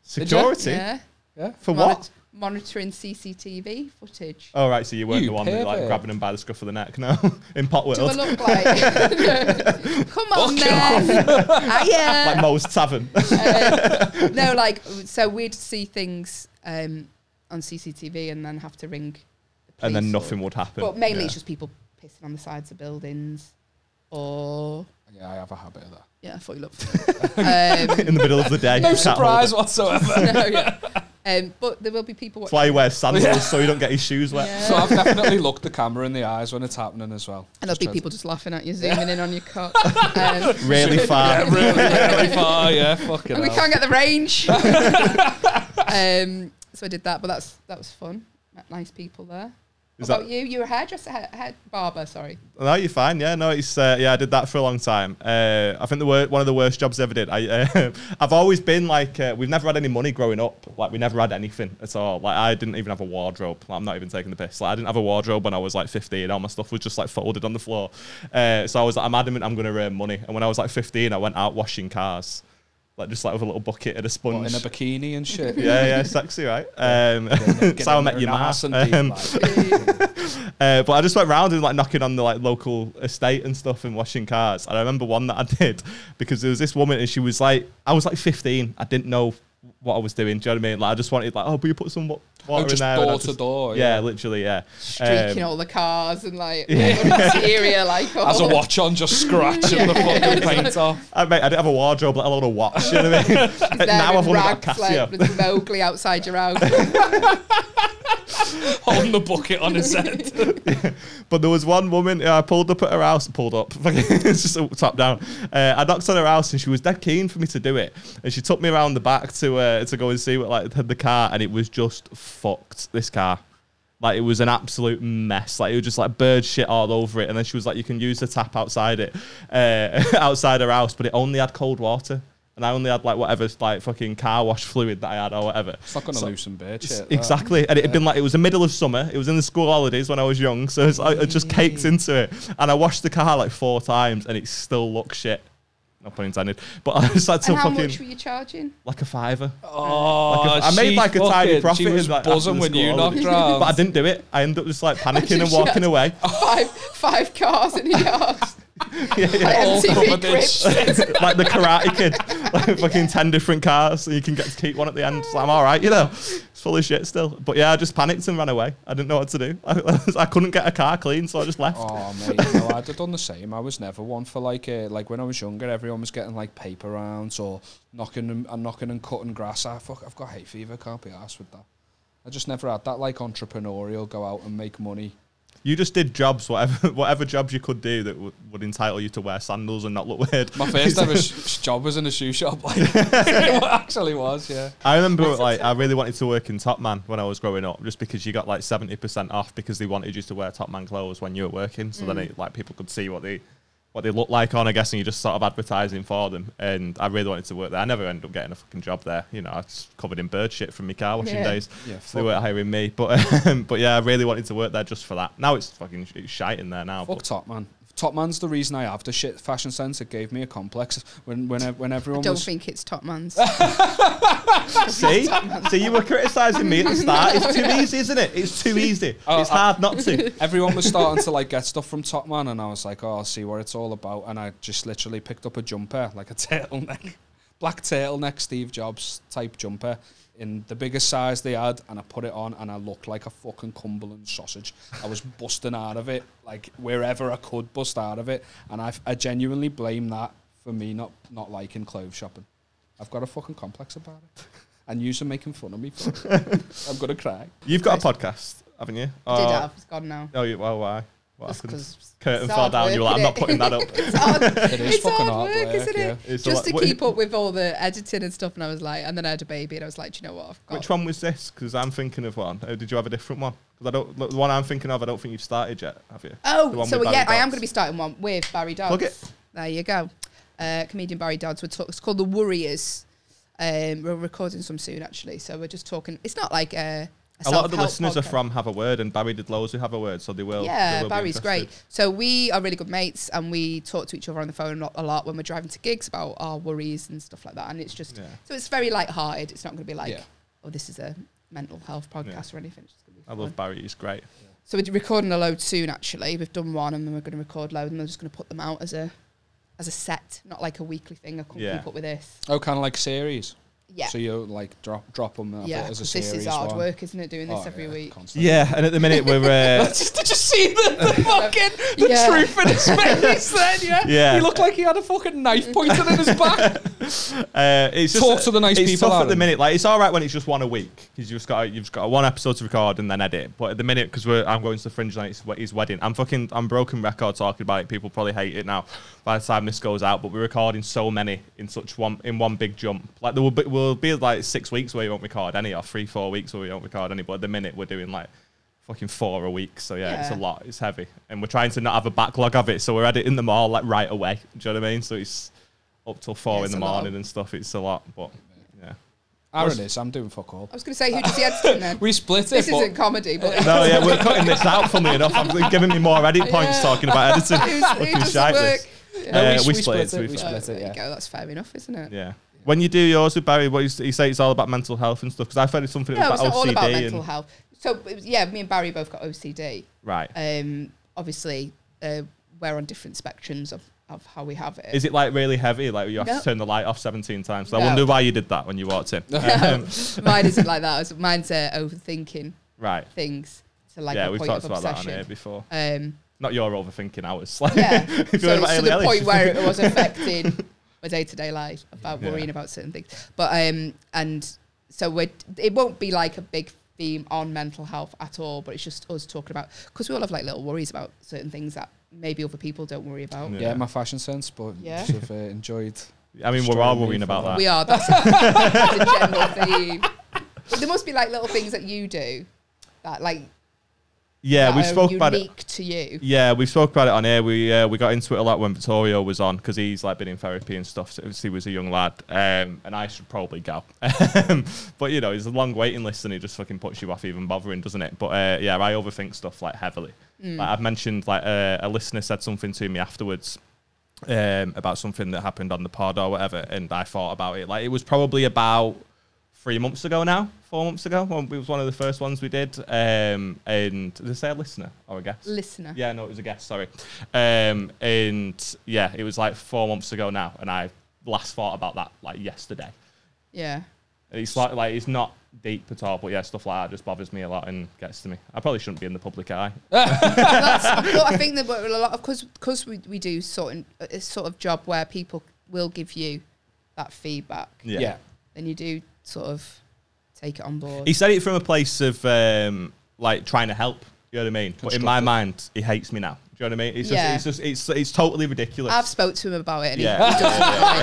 Speaker 3: Security
Speaker 1: Yeah.
Speaker 3: for
Speaker 1: Moni-
Speaker 3: what?
Speaker 1: Monitoring CCTV footage.
Speaker 3: Oh right, so you weren't
Speaker 2: You
Speaker 3: the one that, like
Speaker 2: pervert.
Speaker 3: grabbing them by the scruff of the neck, no? In
Speaker 1: Do I
Speaker 3: Potworld,
Speaker 1: look like? No. Come on, then.
Speaker 3: like
Speaker 1: Hiya.
Speaker 3: Mo's Tavern.
Speaker 1: Um, no, like so we'd see things um, on CCTV and then have to ring. The
Speaker 3: and then
Speaker 1: police
Speaker 3: nothing
Speaker 1: Or,
Speaker 3: would happen.
Speaker 1: but mainly
Speaker 3: Yeah.
Speaker 1: it's just people pissing on the sides of buildings, or
Speaker 2: Yeah, I have a habit of that.
Speaker 1: yeah, I thought you looked. um,
Speaker 3: in the middle of the day.
Speaker 2: No
Speaker 3: you can't hold
Speaker 2: surprise
Speaker 3: it.
Speaker 2: whatsoever.
Speaker 1: no, yeah. Um, but there will be people
Speaker 3: That's
Speaker 1: watching.
Speaker 3: why he wears sandals
Speaker 2: Yeah.
Speaker 3: so he don't get his shoes wet.
Speaker 1: Yeah.
Speaker 2: So I've definitely looked the camera in the eyes when it's happening as well.
Speaker 1: And there'll
Speaker 2: Just
Speaker 1: be
Speaker 2: trying
Speaker 1: people just laughing at you, zooming in on your cock. Um,
Speaker 3: Really
Speaker 2: to-
Speaker 3: far.
Speaker 2: Yeah, really, really far. Yeah, fucking.
Speaker 1: and we
Speaker 2: hell.
Speaker 1: can't get the range. um, so I did that, but that's that was fun. Met nice people there.
Speaker 3: Is
Speaker 1: What
Speaker 3: that-
Speaker 1: about you? You were a hairdresser, hair, hair barber. Sorry.
Speaker 3: No, you're fine. Yeah, no, it's uh, yeah. I did that for a long time. Uh, I think the wor- one of the worst jobs I ever did. I uh, I've always been like uh, we've never had any money growing up. Like we never had anything at all. Like I didn't even have a wardrobe. Like, I'm not even taking the piss. Like I didn't have a wardrobe when I was like 15. All my stuff was just like folded on the floor. Uh, so I was like, I'm adamant I'm going to earn money. And when I was like 15, I went out washing cars, like just like with a little bucket and a
Speaker 2: What,
Speaker 3: sponge.
Speaker 2: in a bikini and shit.
Speaker 3: yeah, yeah, sexy, right? Um,
Speaker 2: Get
Speaker 3: that's how I
Speaker 2: in
Speaker 3: met
Speaker 2: there
Speaker 3: your
Speaker 2: and
Speaker 3: ma.
Speaker 2: arse and be
Speaker 3: Um,
Speaker 2: like-
Speaker 3: Uh, but I just went round and like knocking on the like local estate and stuff and washing cars. And I remember one that I did because there was this woman and she was like, I was like 15. I didn't know what I was doing. Do you know what I mean? Like I just wanted like, oh, will you put some wa- water in
Speaker 2: just
Speaker 3: there? And I
Speaker 2: door to door,
Speaker 3: Yeah,
Speaker 2: yeah.
Speaker 3: literally, yeah.
Speaker 1: Streaking
Speaker 3: Um,
Speaker 1: all the cars and like interior, like all
Speaker 2: As a watch on, just scratching the fucking paint off.
Speaker 3: I, mate, I didn't have a wardrobe, let alone a watch. You know what I mean?
Speaker 1: there
Speaker 3: now
Speaker 1: in
Speaker 3: I've only got a
Speaker 1: rags, like
Speaker 3: Casio.
Speaker 1: with Mowgli outside your house.
Speaker 2: Holding the bucket on his head.
Speaker 3: But there was one woman who I pulled up at her house, pulled up, it's just a top down. Uh, I knocked on her house and she was dead keen for me to do it. And she took me around the back to uh, to go and see what like had the car, and it was just fucked. This car, like it was an absolute mess. Like it was just like bird shit all over it. And then she was like, "You can use the tap outside it, uh, outside her house, but it only had cold water." And I only had like whatever like fucking car wash fluid that I had or whatever.
Speaker 2: It's not gonna
Speaker 3: So-
Speaker 2: loosen bitch.
Speaker 3: S-
Speaker 2: shit, that.
Speaker 3: Exactly, and it had been like it was the middle of summer. It was in the school holidays when I was young, so
Speaker 2: Mm.
Speaker 3: it's, I, I just caked into it. And I washed the car like four times, and it still looked shit. No pun intended. But I just had to
Speaker 1: and how
Speaker 3: fucking
Speaker 1: much were you charging?
Speaker 3: like a fiver.
Speaker 2: Oh,
Speaker 3: Like a- I made
Speaker 2: she
Speaker 3: like a tiny
Speaker 2: fucking-
Speaker 3: profit.
Speaker 2: She was
Speaker 3: in, like,
Speaker 2: buzzing
Speaker 3: after the
Speaker 2: when you
Speaker 3: school
Speaker 2: knocked
Speaker 3: holidays.
Speaker 2: her out.
Speaker 3: but I didn't do it. I ended up just like panicking and
Speaker 1: Imagine
Speaker 3: walking
Speaker 1: she-
Speaker 3: away.
Speaker 1: five five cars in a yard.
Speaker 3: Yeah, yeah.
Speaker 2: All
Speaker 1: MTV
Speaker 2: covered in
Speaker 1: grip.
Speaker 2: shit.
Speaker 3: like the Karate Kid, like fucking ten different cars, so you can get to keep one at the end. It's like, I'm all right, you know. It's full of shit still. But yeah, I just panicked and ran away. I didn't know what to do. I, I couldn't get a car clean, so I just left.
Speaker 2: Oh mate, no, I'd have done the same. I was never one for like uh, like when I was younger, everyone was getting like paper rounds or knocking and and knocking and cutting grass. I fuck, I've got hay fever. Can't be arsed with that. I just never had that like entrepreneurial go out and make money.
Speaker 3: You just did jobs, whatever whatever jobs you could do that would, would entitle you to wear sandals and not look weird.
Speaker 2: My first ever sh- sh- job was in a shoe shop. Like it actually was, yeah.
Speaker 3: I remember like I really wanted to work in Top Man when I was growing up, just because you got like seventy percent off because they wanted you to wear Top Man clothes when you were working, so
Speaker 2: Mm.
Speaker 3: then it, like people could see what they what they look like on. I guess and you just sort of advertising for them. And I really wanted to work there. I never ended up getting a fucking job there. You know, I was covered in bird shit from my car washing
Speaker 1: Yeah.
Speaker 3: days,
Speaker 2: Yeah,
Speaker 3: so they
Speaker 2: fuck.
Speaker 3: weren't hiring me. But um, but yeah, I really wanted to work there just for that. Now it's fucking it's shite in there now.
Speaker 2: Fuck
Speaker 3: But
Speaker 2: Top Man. Top Man's the reason I have the shit fashion sense. It gave me a complex when when ev- when everyone
Speaker 1: Don't
Speaker 2: was.
Speaker 1: think it's top man's.
Speaker 3: Uh, see, see, you were criticising me at the start. It's too easy, isn't it? It's too easy.
Speaker 2: Oh,
Speaker 3: it's
Speaker 2: I-
Speaker 3: hard not to.
Speaker 2: Everyone was starting to like get stuff from Top Man, and I was like, "Oh, I'll see what it's all about." And I just literally picked up a jumper, like a turtleneck, black turtleneck, Steve Jobs type jumper, in the biggest size they had, and I put it on, and I looked like a fucking Cumberland sausage. I was busting out of it, like wherever I could bust out of it, and I, I genuinely blame that for me not not liking clothes shopping. I've got a fucking complex about it, and you are making fun of me. For it. I'm gonna cry.
Speaker 3: You've got a podcast, haven't you?
Speaker 1: I did
Speaker 3: Or-
Speaker 1: have. It's gone now.
Speaker 3: Oh, you, well, why? What
Speaker 1: Just
Speaker 3: happened?
Speaker 1: 'cause
Speaker 3: Curtain
Speaker 1: it's
Speaker 3: fell
Speaker 1: hard
Speaker 3: down. You were like, I'm not
Speaker 1: work,
Speaker 3: putting that up.
Speaker 1: innit? it's hard,
Speaker 2: It is
Speaker 1: it's
Speaker 2: fucking
Speaker 1: hard work, isn't it?
Speaker 2: yeah.
Speaker 3: It's a
Speaker 1: Just
Speaker 3: lot-
Speaker 1: to
Speaker 3: what-
Speaker 1: keep up with all the editing and stuff, and I was like, and then I had a baby, and I was like, do you know what? I've got
Speaker 3: Which one was this? Because I'm thinking of one. Oh, did you have a different one? 'Cause I don't. look, The one I'm thinking of, I don't think you've started yet. Have you? The
Speaker 1: Oh,
Speaker 3: one
Speaker 1: so
Speaker 3: with Barry
Speaker 1: yeah, I am
Speaker 3: Dodds.
Speaker 1: going to be starting one with Barry Dodds.
Speaker 3: Plug it.
Speaker 1: There you go. Uh, comedian Barry Dodds. We're talk- it's called The Worriers. Um, we're recording some soon, actually. So we're just talking. It's not like a.
Speaker 3: A lot of the
Speaker 1: self-help
Speaker 3: listeners are
Speaker 1: podcast.
Speaker 3: from Have a Word, and Barry did loads who Have a Word, so they will. they will
Speaker 1: Yeah,
Speaker 3: be
Speaker 1: Barry's
Speaker 3: interested.
Speaker 1: great. So we are really good mates, and we talk to each other on the phone a lot, a lot when we're driving to gigs about our worries and stuff like that. And it's just
Speaker 3: Yeah.
Speaker 1: so it's very light-hearted. It's not going to be like,
Speaker 2: Yeah.
Speaker 1: oh, this is a mental health podcast or anything. It's just gonna be
Speaker 3: I
Speaker 1: fun.
Speaker 3: love Barry. He's great.
Speaker 1: So we're recording a load soon. Actually, we've done one, and then we're going to record load, and we're just going to put them out as a as a set, not like a weekly thing. I couldn't
Speaker 3: Yeah.
Speaker 1: keep up with this.
Speaker 2: Oh, kind of like series.
Speaker 1: Yeah,
Speaker 2: So you like drop drop them out
Speaker 1: yeah.
Speaker 2: as a
Speaker 1: 'cause
Speaker 2: series.
Speaker 1: this is hard
Speaker 2: one.
Speaker 1: work, isn't it? Doing this
Speaker 2: Oh,
Speaker 1: every
Speaker 2: yeah,
Speaker 1: week.
Speaker 2: constantly.
Speaker 3: Yeah, and at the minute we're. Uh,
Speaker 2: Just, did you see the, the fucking the
Speaker 1: Yeah.
Speaker 2: truth in his face then? Yeah.
Speaker 3: Yeah.
Speaker 2: He looked like he had a fucking knife pointed in his back.
Speaker 3: Uh, it's just,
Speaker 2: Talk to the nice
Speaker 3: it's
Speaker 2: people,
Speaker 3: tough at the
Speaker 2: Aaron.
Speaker 3: minute. Like it's all right when it's just one a week because you've just got you've just got one episode to record and then edit. But at the minute, because I'm going to the fringe night, it's we- his wedding. I'm fucking I'm broken record talking about it. People probably hate it now. By the time this goes out, but we're recording so many in such one in one big jump. Like there will be, will be like six weeks where we won't record any, or three four weeks where we won't record any. But at the minute, we're doing like. Fucking four a week, so yeah, it's a
Speaker 1: Yeah.
Speaker 3: lot. It's heavy, and we're trying to not have a backlog of it, so we're editing them all like right away. Do you know what I mean? So it's up till four
Speaker 1: Yeah,
Speaker 3: in
Speaker 1: it's
Speaker 3: the
Speaker 1: a lot.
Speaker 3: morning and stuff. It's a lot, but yeah.
Speaker 2: Aaron is. I'm doing fuck all.
Speaker 1: I was going to say, who does he edit in then?
Speaker 2: We split it.
Speaker 1: this
Speaker 2: but
Speaker 1: isn't comedy, but
Speaker 3: No, yeah, we're cutting this out. Funnily enough, I'm giving me more edit points
Speaker 1: Yeah.
Speaker 3: talking about editing.
Speaker 1: who's, who
Speaker 3: Fucking
Speaker 1: doesn't
Speaker 3: shite
Speaker 1: work?
Speaker 2: No,
Speaker 3: this. Uh,
Speaker 2: we,
Speaker 3: we
Speaker 2: we split,
Speaker 3: split it,
Speaker 2: it.
Speaker 3: we
Speaker 2: We
Speaker 1: Oh,
Speaker 2: split
Speaker 1: there
Speaker 2: it.
Speaker 1: you
Speaker 2: Yeah.
Speaker 1: go. That's fair enough, isn't it?
Speaker 3: Yeah. When you do yours with Barry, what you, s- you say it's all about mental health and stuff. Because I've heard it's something
Speaker 1: No,
Speaker 3: about
Speaker 1: it's not
Speaker 3: OCD
Speaker 1: all about
Speaker 3: and
Speaker 1: mental health. So it was, yeah, me and Barry both got OCD.
Speaker 3: right.
Speaker 1: Um, obviously, uh, we're on different spectrums of, of how we have it.
Speaker 3: Is it like really heavy? Like you have
Speaker 1: No.
Speaker 3: to turn the light off 17 times. So I
Speaker 1: No.
Speaker 3: wonder why you did that when you walked in. Um,
Speaker 1: Mine isn't like that. It's- Mine's uh, overthinking
Speaker 3: right.
Speaker 1: things to like
Speaker 3: yeah,
Speaker 1: a
Speaker 3: we've
Speaker 1: point
Speaker 3: talked
Speaker 1: of
Speaker 3: about that on
Speaker 1: obsession.
Speaker 3: here before.
Speaker 1: um,
Speaker 3: Not your overthinking hours. Like,
Speaker 1: yeah.
Speaker 3: if
Speaker 1: so
Speaker 3: you heard
Speaker 1: it's
Speaker 3: about
Speaker 1: to
Speaker 3: Hayley
Speaker 1: the
Speaker 3: Ellis,
Speaker 1: point
Speaker 3: she's
Speaker 1: where it was affecting my day to day life about
Speaker 3: Yeah.
Speaker 1: worrying about certain things. But um, and so we it won't be like a big theme on mental health at all. But it's just us talking about because we all have like little worries about certain things that maybe other people don't worry about.
Speaker 3: Yeah.
Speaker 2: Yeah. my fashion sense, but
Speaker 1: Yeah.
Speaker 2: have uh, enjoyed.
Speaker 3: I mean, we're all
Speaker 2: Destroying me
Speaker 3: worrying
Speaker 2: for
Speaker 3: about
Speaker 2: that.
Speaker 3: that.
Speaker 1: We are. That's, that's a general theme. But there must be like little things that you do that like
Speaker 3: Yeah,
Speaker 1: that
Speaker 3: we
Speaker 1: are
Speaker 3: spoke
Speaker 1: unique
Speaker 3: about it.
Speaker 1: to you.
Speaker 3: Yeah, we spoke about it on air. We uh, we got into it a lot when Vittorio was on because he's like been in therapy and stuff since he was a young lad, um, and I should probably go. but you know, it's a long waiting list, and it just fucking puts you off even bothering, doesn't it? But uh, yeah, I overthink stuff like heavily. Like, I've mentioned like uh, a listener said something to me afterwards um, about something that happened on the pod or whatever, and I thought about it. Like it was probably about three months ago now, four months ago. When it was one of the first ones we did. Um, and did they say a listener or a guest?
Speaker 1: Listener.
Speaker 3: Yeah, no, it was a guest. Sorry. Um, and yeah, it was like four months ago now, and I last thought about that like yesterday.
Speaker 1: Yeah.
Speaker 3: And It's like like it's not deep at all, but yeah, stuff like that just bothers me a lot and gets to me. I probably shouldn't be in the public eye.
Speaker 1: Well, that's, well, I think that we're a lot of because because we, we do sort of a sort of job where people will give you that feedback,
Speaker 2: Yeah.
Speaker 1: and you do sort of take it on board.
Speaker 3: He said it from a place of um, like trying to help. You know what I mean? But in my
Speaker 2: Constructive.
Speaker 3: mind, he hates me now. Do you know what I mean? It's
Speaker 1: Yeah.
Speaker 3: just, it's just, it's, it's totally ridiculous.
Speaker 1: I've spoke to him about it, and he-
Speaker 3: yeah.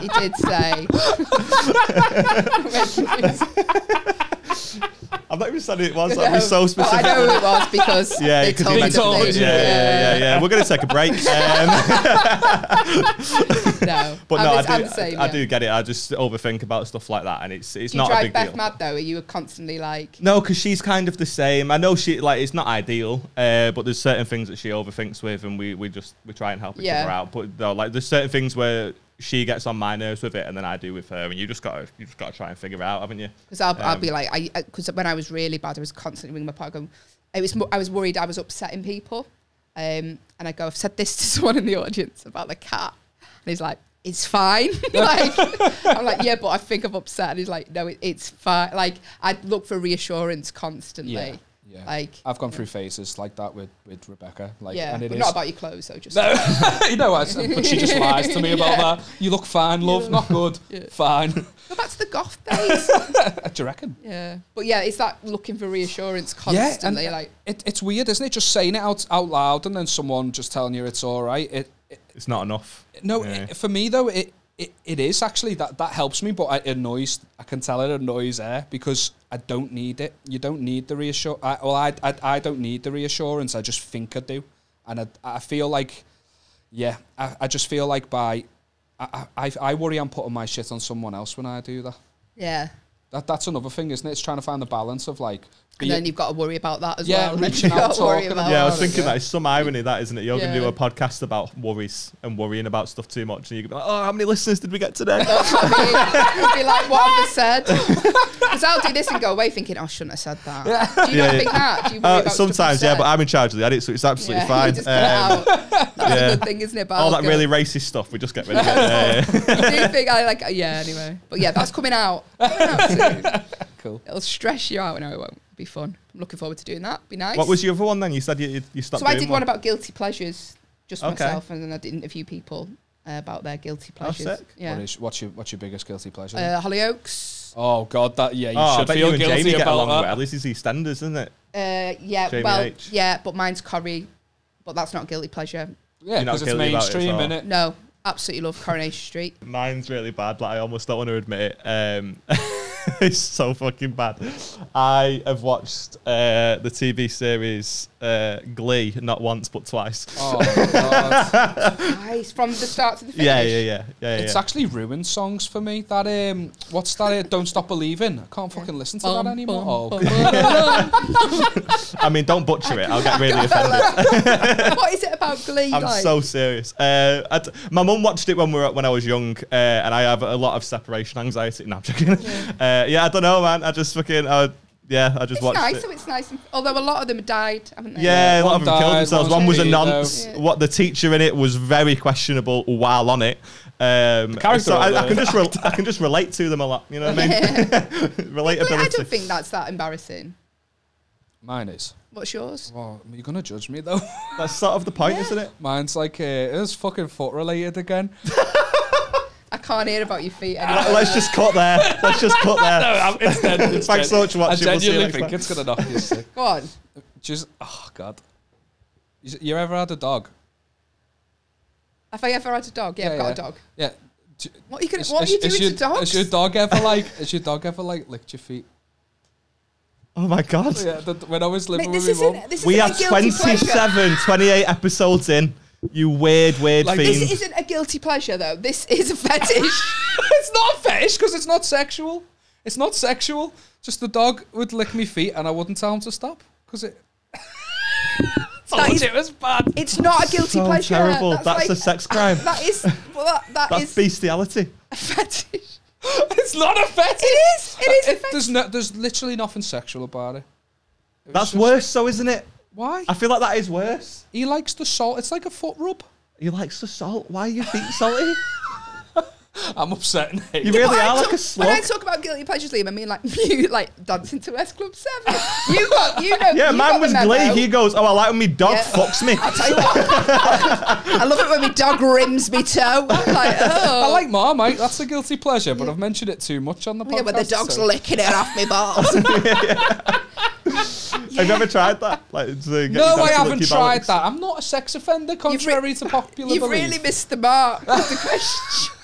Speaker 1: he, did say.
Speaker 3: I'm not even saying who it was. That was so
Speaker 1: Well, I
Speaker 3: specific.
Speaker 1: know who it was because
Speaker 3: Yeah,
Speaker 1: they
Speaker 3: 'cause he
Speaker 1: told me.
Speaker 3: mentioned
Speaker 2: told
Speaker 1: that
Speaker 2: us,
Speaker 1: they-
Speaker 3: Yeah, yeah, yeah, yeah. We're gonna take a break. Um,
Speaker 1: No,
Speaker 3: but
Speaker 1: I'm
Speaker 3: no,
Speaker 1: the-
Speaker 3: I
Speaker 1: I'm
Speaker 3: do,
Speaker 1: the same,
Speaker 3: I
Speaker 1: yeah.
Speaker 3: do get it. I just overthink about stuff like that, and it's it's
Speaker 1: Do you
Speaker 3: not a
Speaker 1: drive
Speaker 3: big
Speaker 1: Beth
Speaker 3: deal.
Speaker 1: mad though? Are you constantly like?
Speaker 3: No, because she's kind of the same. I know she like it's not ideal, uh, but there's certain things that she overthinks with, and we we just we try and help each
Speaker 1: Yeah.
Speaker 3: other out. But though, like there's certain things where she gets on my nerves with it, and then I do with her, and you just gotta you just gotta try and figure it out, haven't you?
Speaker 1: Because I'll, I'll
Speaker 3: Um,
Speaker 1: be like, I because when I was really bad, I was constantly ringing my partner. Going, it was mo- I was worried I was upsetting people, um, and I go, I've said this to someone in the audience about the cat, and he's like, it's fine. like I'm like, yeah, but I think I've upset. And he's like, no, it, it's fine. Like I look for reassurance constantly.
Speaker 2: Yeah. Yeah.
Speaker 1: Like
Speaker 2: I've gone through phases like that with, with Rebecca. Like,
Speaker 1: yeah,
Speaker 2: and it
Speaker 1: but
Speaker 2: is.
Speaker 1: not about your clothes though. Just
Speaker 2: no, you know what? But she just lies to me about
Speaker 1: Yeah.
Speaker 2: that. You look fine, love. Not good.
Speaker 1: Yeah.
Speaker 2: Fine.
Speaker 1: go back to the goth days.
Speaker 2: Do you reckon?
Speaker 1: yeah, but yeah, it's that looking for reassurance constantly.
Speaker 2: Yeah, and
Speaker 1: like
Speaker 2: it, it's weird, isn't it? Just saying it out out loud and then someone just telling you it's all right. It, it
Speaker 3: It's not enough.
Speaker 2: no,
Speaker 3: Yeah.
Speaker 2: it, for me though, it, it it is actually that that helps me, but it annoys. I can tell it annoys her because I don't need it. You don't need the reassurance. I, well, I, I I don't need the reassurance. I just think I do, and I I feel like, yeah, I, I just feel like by. I, I, I- I worry I'm putting my shit on someone else when I do that.
Speaker 1: yeah,
Speaker 2: that. That's another thing, isn't it? It's trying to find the balance of like
Speaker 1: and then you've got to worry about that as
Speaker 2: Yeah,
Speaker 1: well.
Speaker 2: reaching
Speaker 1: You've got
Speaker 2: out,
Speaker 1: to worry
Speaker 2: talking
Speaker 1: about
Speaker 2: about
Speaker 3: yeah, I was
Speaker 2: it,
Speaker 3: thinking
Speaker 2: yeah.
Speaker 3: that it's some irony that isn't it? You're gonna do
Speaker 1: Yeah.
Speaker 3: a podcast about worries and worrying about stuff too much, and you're gonna be like, oh, how many listeners did we get today?
Speaker 1: be like, what have I said? Because I'll do this and go away thinking, oh, I shouldn't have said that. Do you
Speaker 3: Yeah,
Speaker 1: not
Speaker 3: yeah.
Speaker 1: think that? Do you worry
Speaker 3: Uh,
Speaker 1: about stuff
Speaker 3: sometimes, yeah,
Speaker 1: I've
Speaker 3: but
Speaker 1: said?
Speaker 3: I'm in charge of the edit, so it's absolutely
Speaker 1: Yeah,
Speaker 3: fine.
Speaker 1: you just cut it
Speaker 3: Um,
Speaker 1: out. That's
Speaker 3: yeah.
Speaker 1: a good thing, isn't it? But
Speaker 3: all
Speaker 1: I'll
Speaker 3: Oh, that
Speaker 1: go-
Speaker 3: really racist stuff, we just get rid of it. Yeah, yeah.
Speaker 1: I do think I like, yeah, anyway. But yeah, that's coming out. Coming out soon.
Speaker 2: cool.
Speaker 1: It'll stress you out. No, it won't. Be fun. I'm looking forward to doing that. Be nice.
Speaker 3: What was your other one then? You said you, you stopped
Speaker 1: so I
Speaker 3: doing
Speaker 1: did one about guilty pleasures, just
Speaker 3: Okay. Oh,
Speaker 1: myself, and then I did interview people uh, about their guilty pleasures.
Speaker 3: sick.
Speaker 2: What
Speaker 1: Yeah.
Speaker 2: is, what's your what's your biggest guilty pleasure?
Speaker 1: Uh, Hollyoaks.
Speaker 2: oh God, that yeah, you
Speaker 3: oh, I
Speaker 2: should
Speaker 3: bet
Speaker 2: feel
Speaker 3: you and
Speaker 2: guilty
Speaker 3: Jamie get
Speaker 2: about
Speaker 3: along
Speaker 2: that.
Speaker 3: well. This is EastEnders, isn't it?
Speaker 1: Uh, yeah,
Speaker 3: Jamie
Speaker 1: well,
Speaker 3: H.
Speaker 1: yeah, but mine's curry, but that's not guilty pleasure.
Speaker 2: Yeah,
Speaker 3: You're not
Speaker 2: because it's
Speaker 3: guilty about it at
Speaker 2: mainstream,
Speaker 3: all.
Speaker 2: innit? it?
Speaker 1: No, absolutely love Coronation Street.
Speaker 3: Mine's really bad. Like I almost don't want to admit it. Um, it's so fucking bad. I have watched uh, the TV series uh, Glee not once but twice.
Speaker 2: Oh God.
Speaker 1: Nice from the start to the finish.
Speaker 3: yeah, yeah, yeah, yeah,
Speaker 2: it's
Speaker 3: yeah.
Speaker 2: actually ruined songs for me. That um, what's that? Uh, Don't stop believing. I can't fucking listen to that anymore. Oh, God.
Speaker 3: I mean, don't butcher it. I'll get really offended.
Speaker 1: what is it about Glee?
Speaker 3: I'm
Speaker 1: like?
Speaker 3: so serious. Uh, I d- my mum watched it when we were when I was young, uh, and I have a lot of separation anxiety. No, I'm joking. Yeah, uh, yeah I don't know, man. I just fucking, I, yeah, I just
Speaker 1: it's
Speaker 3: watched
Speaker 1: nice,
Speaker 3: it.
Speaker 1: so it's nice. And, although a lot of them died, haven't they?
Speaker 3: Yeah, a lot
Speaker 2: One
Speaker 3: of them killed
Speaker 2: died,
Speaker 3: themselves.
Speaker 2: one
Speaker 3: One was a
Speaker 2: didn't,
Speaker 3: nonce.
Speaker 1: though.
Speaker 3: What the teacher in it was very questionable while on it. Um,
Speaker 2: character
Speaker 3: so I,
Speaker 2: of
Speaker 3: I
Speaker 2: the-
Speaker 3: can just rel I can just relate to them a lot. You know what I mean?
Speaker 1: Yeah. But I don't
Speaker 3: Relatability.
Speaker 1: think that's that embarrassing.
Speaker 2: Mine is.
Speaker 1: What's yours?
Speaker 2: Oh, you're gonna judge me though.
Speaker 3: That's sort of the point, isn't it?
Speaker 2: Mine's like uh, it's fucking foot related again.
Speaker 1: I can't hear about your feet
Speaker 3: Uh,
Speaker 1: anymore.
Speaker 3: Let's just cut there. Let's just cut there.
Speaker 2: it's dead. It's
Speaker 3: Thanks so much for
Speaker 2: I
Speaker 3: watching. We'll see you
Speaker 2: genuinely think
Speaker 3: next time.
Speaker 2: it's gonna knock you sick.
Speaker 1: Go on.
Speaker 2: Just oh God. Is it- You ever had a dog?
Speaker 1: Have I ever had a dog? Yeah, I've got a dog.
Speaker 2: Yeah. Do-
Speaker 1: What are you gonna? what are you doing
Speaker 2: your,
Speaker 1: to dogs?
Speaker 2: Has your dog ever like? has your dog ever like licked your feet?
Speaker 3: Oh my god.
Speaker 2: Yeah, that, when I was
Speaker 1: Mate,
Speaker 2: living
Speaker 1: this
Speaker 2: with my mum.
Speaker 1: isn't. This isn't
Speaker 3: We
Speaker 1: a
Speaker 3: are
Speaker 1: guilty
Speaker 3: 27,
Speaker 1: pleasure.
Speaker 3: 28 episodes in. You weird, weird
Speaker 2: Like-
Speaker 3: fiend.
Speaker 1: This isn't a guilty pleasure though. This is a fetish.
Speaker 2: it's not fetish because it's not sexual. It's not sexual. Just the dog would lick me feet and I wouldn't tell him to stop because it. it's
Speaker 1: That is,
Speaker 2: Oh, it was bad.
Speaker 1: it's not a guilty
Speaker 3: so
Speaker 1: pleasure.
Speaker 3: terrible. That's,
Speaker 1: like-
Speaker 3: a sex crime.
Speaker 1: That is. Well, that, that
Speaker 3: That's
Speaker 1: is
Speaker 3: bestiality.
Speaker 1: a fetish.
Speaker 2: It's not a fetish.
Speaker 1: It is. It is a fetish.
Speaker 2: There's no. There's literally nothing sexual about it. It was
Speaker 3: That's
Speaker 2: just-
Speaker 3: worse, so isn't it?
Speaker 2: Why?
Speaker 3: I feel like that is worse.
Speaker 2: He likes the salt. It's like a foot rub.
Speaker 3: You like the salt? Why are your feet salty?
Speaker 2: I'm upset.
Speaker 3: You
Speaker 2: Nate.
Speaker 3: really
Speaker 1: When I
Speaker 3: are like
Speaker 1: talk-
Speaker 3: a
Speaker 1: When I
Speaker 3: slug.
Speaker 1: talk about guilty pleasures, Liam, I mean like you like dancing to S Club Seven. You got, you know.
Speaker 3: Yeah,
Speaker 1: you
Speaker 3: mine
Speaker 1: got
Speaker 3: was
Speaker 1: the
Speaker 3: Glee.
Speaker 1: memo.
Speaker 3: He goes, "Oh, I like when my dog
Speaker 1: Yeah.
Speaker 3: fucks me."
Speaker 1: Tell you what. I love it when my dog rims me toe. I'm like, oh.
Speaker 2: I like Marmite. That's a guilty pleasure, but I've mentioned it too much on the podcast.
Speaker 1: yeah, but the dog's
Speaker 2: so-
Speaker 1: licking it off me balls.
Speaker 3: Have you ever tried that? Like, to get your dog
Speaker 2: No,
Speaker 3: to
Speaker 2: I
Speaker 3: lick
Speaker 2: haven't
Speaker 3: your
Speaker 2: tried
Speaker 3: bollocks?
Speaker 2: that. I'm not a sex offender, contrary to popular
Speaker 1: You've
Speaker 2: belief.
Speaker 1: really missed the mark with the question.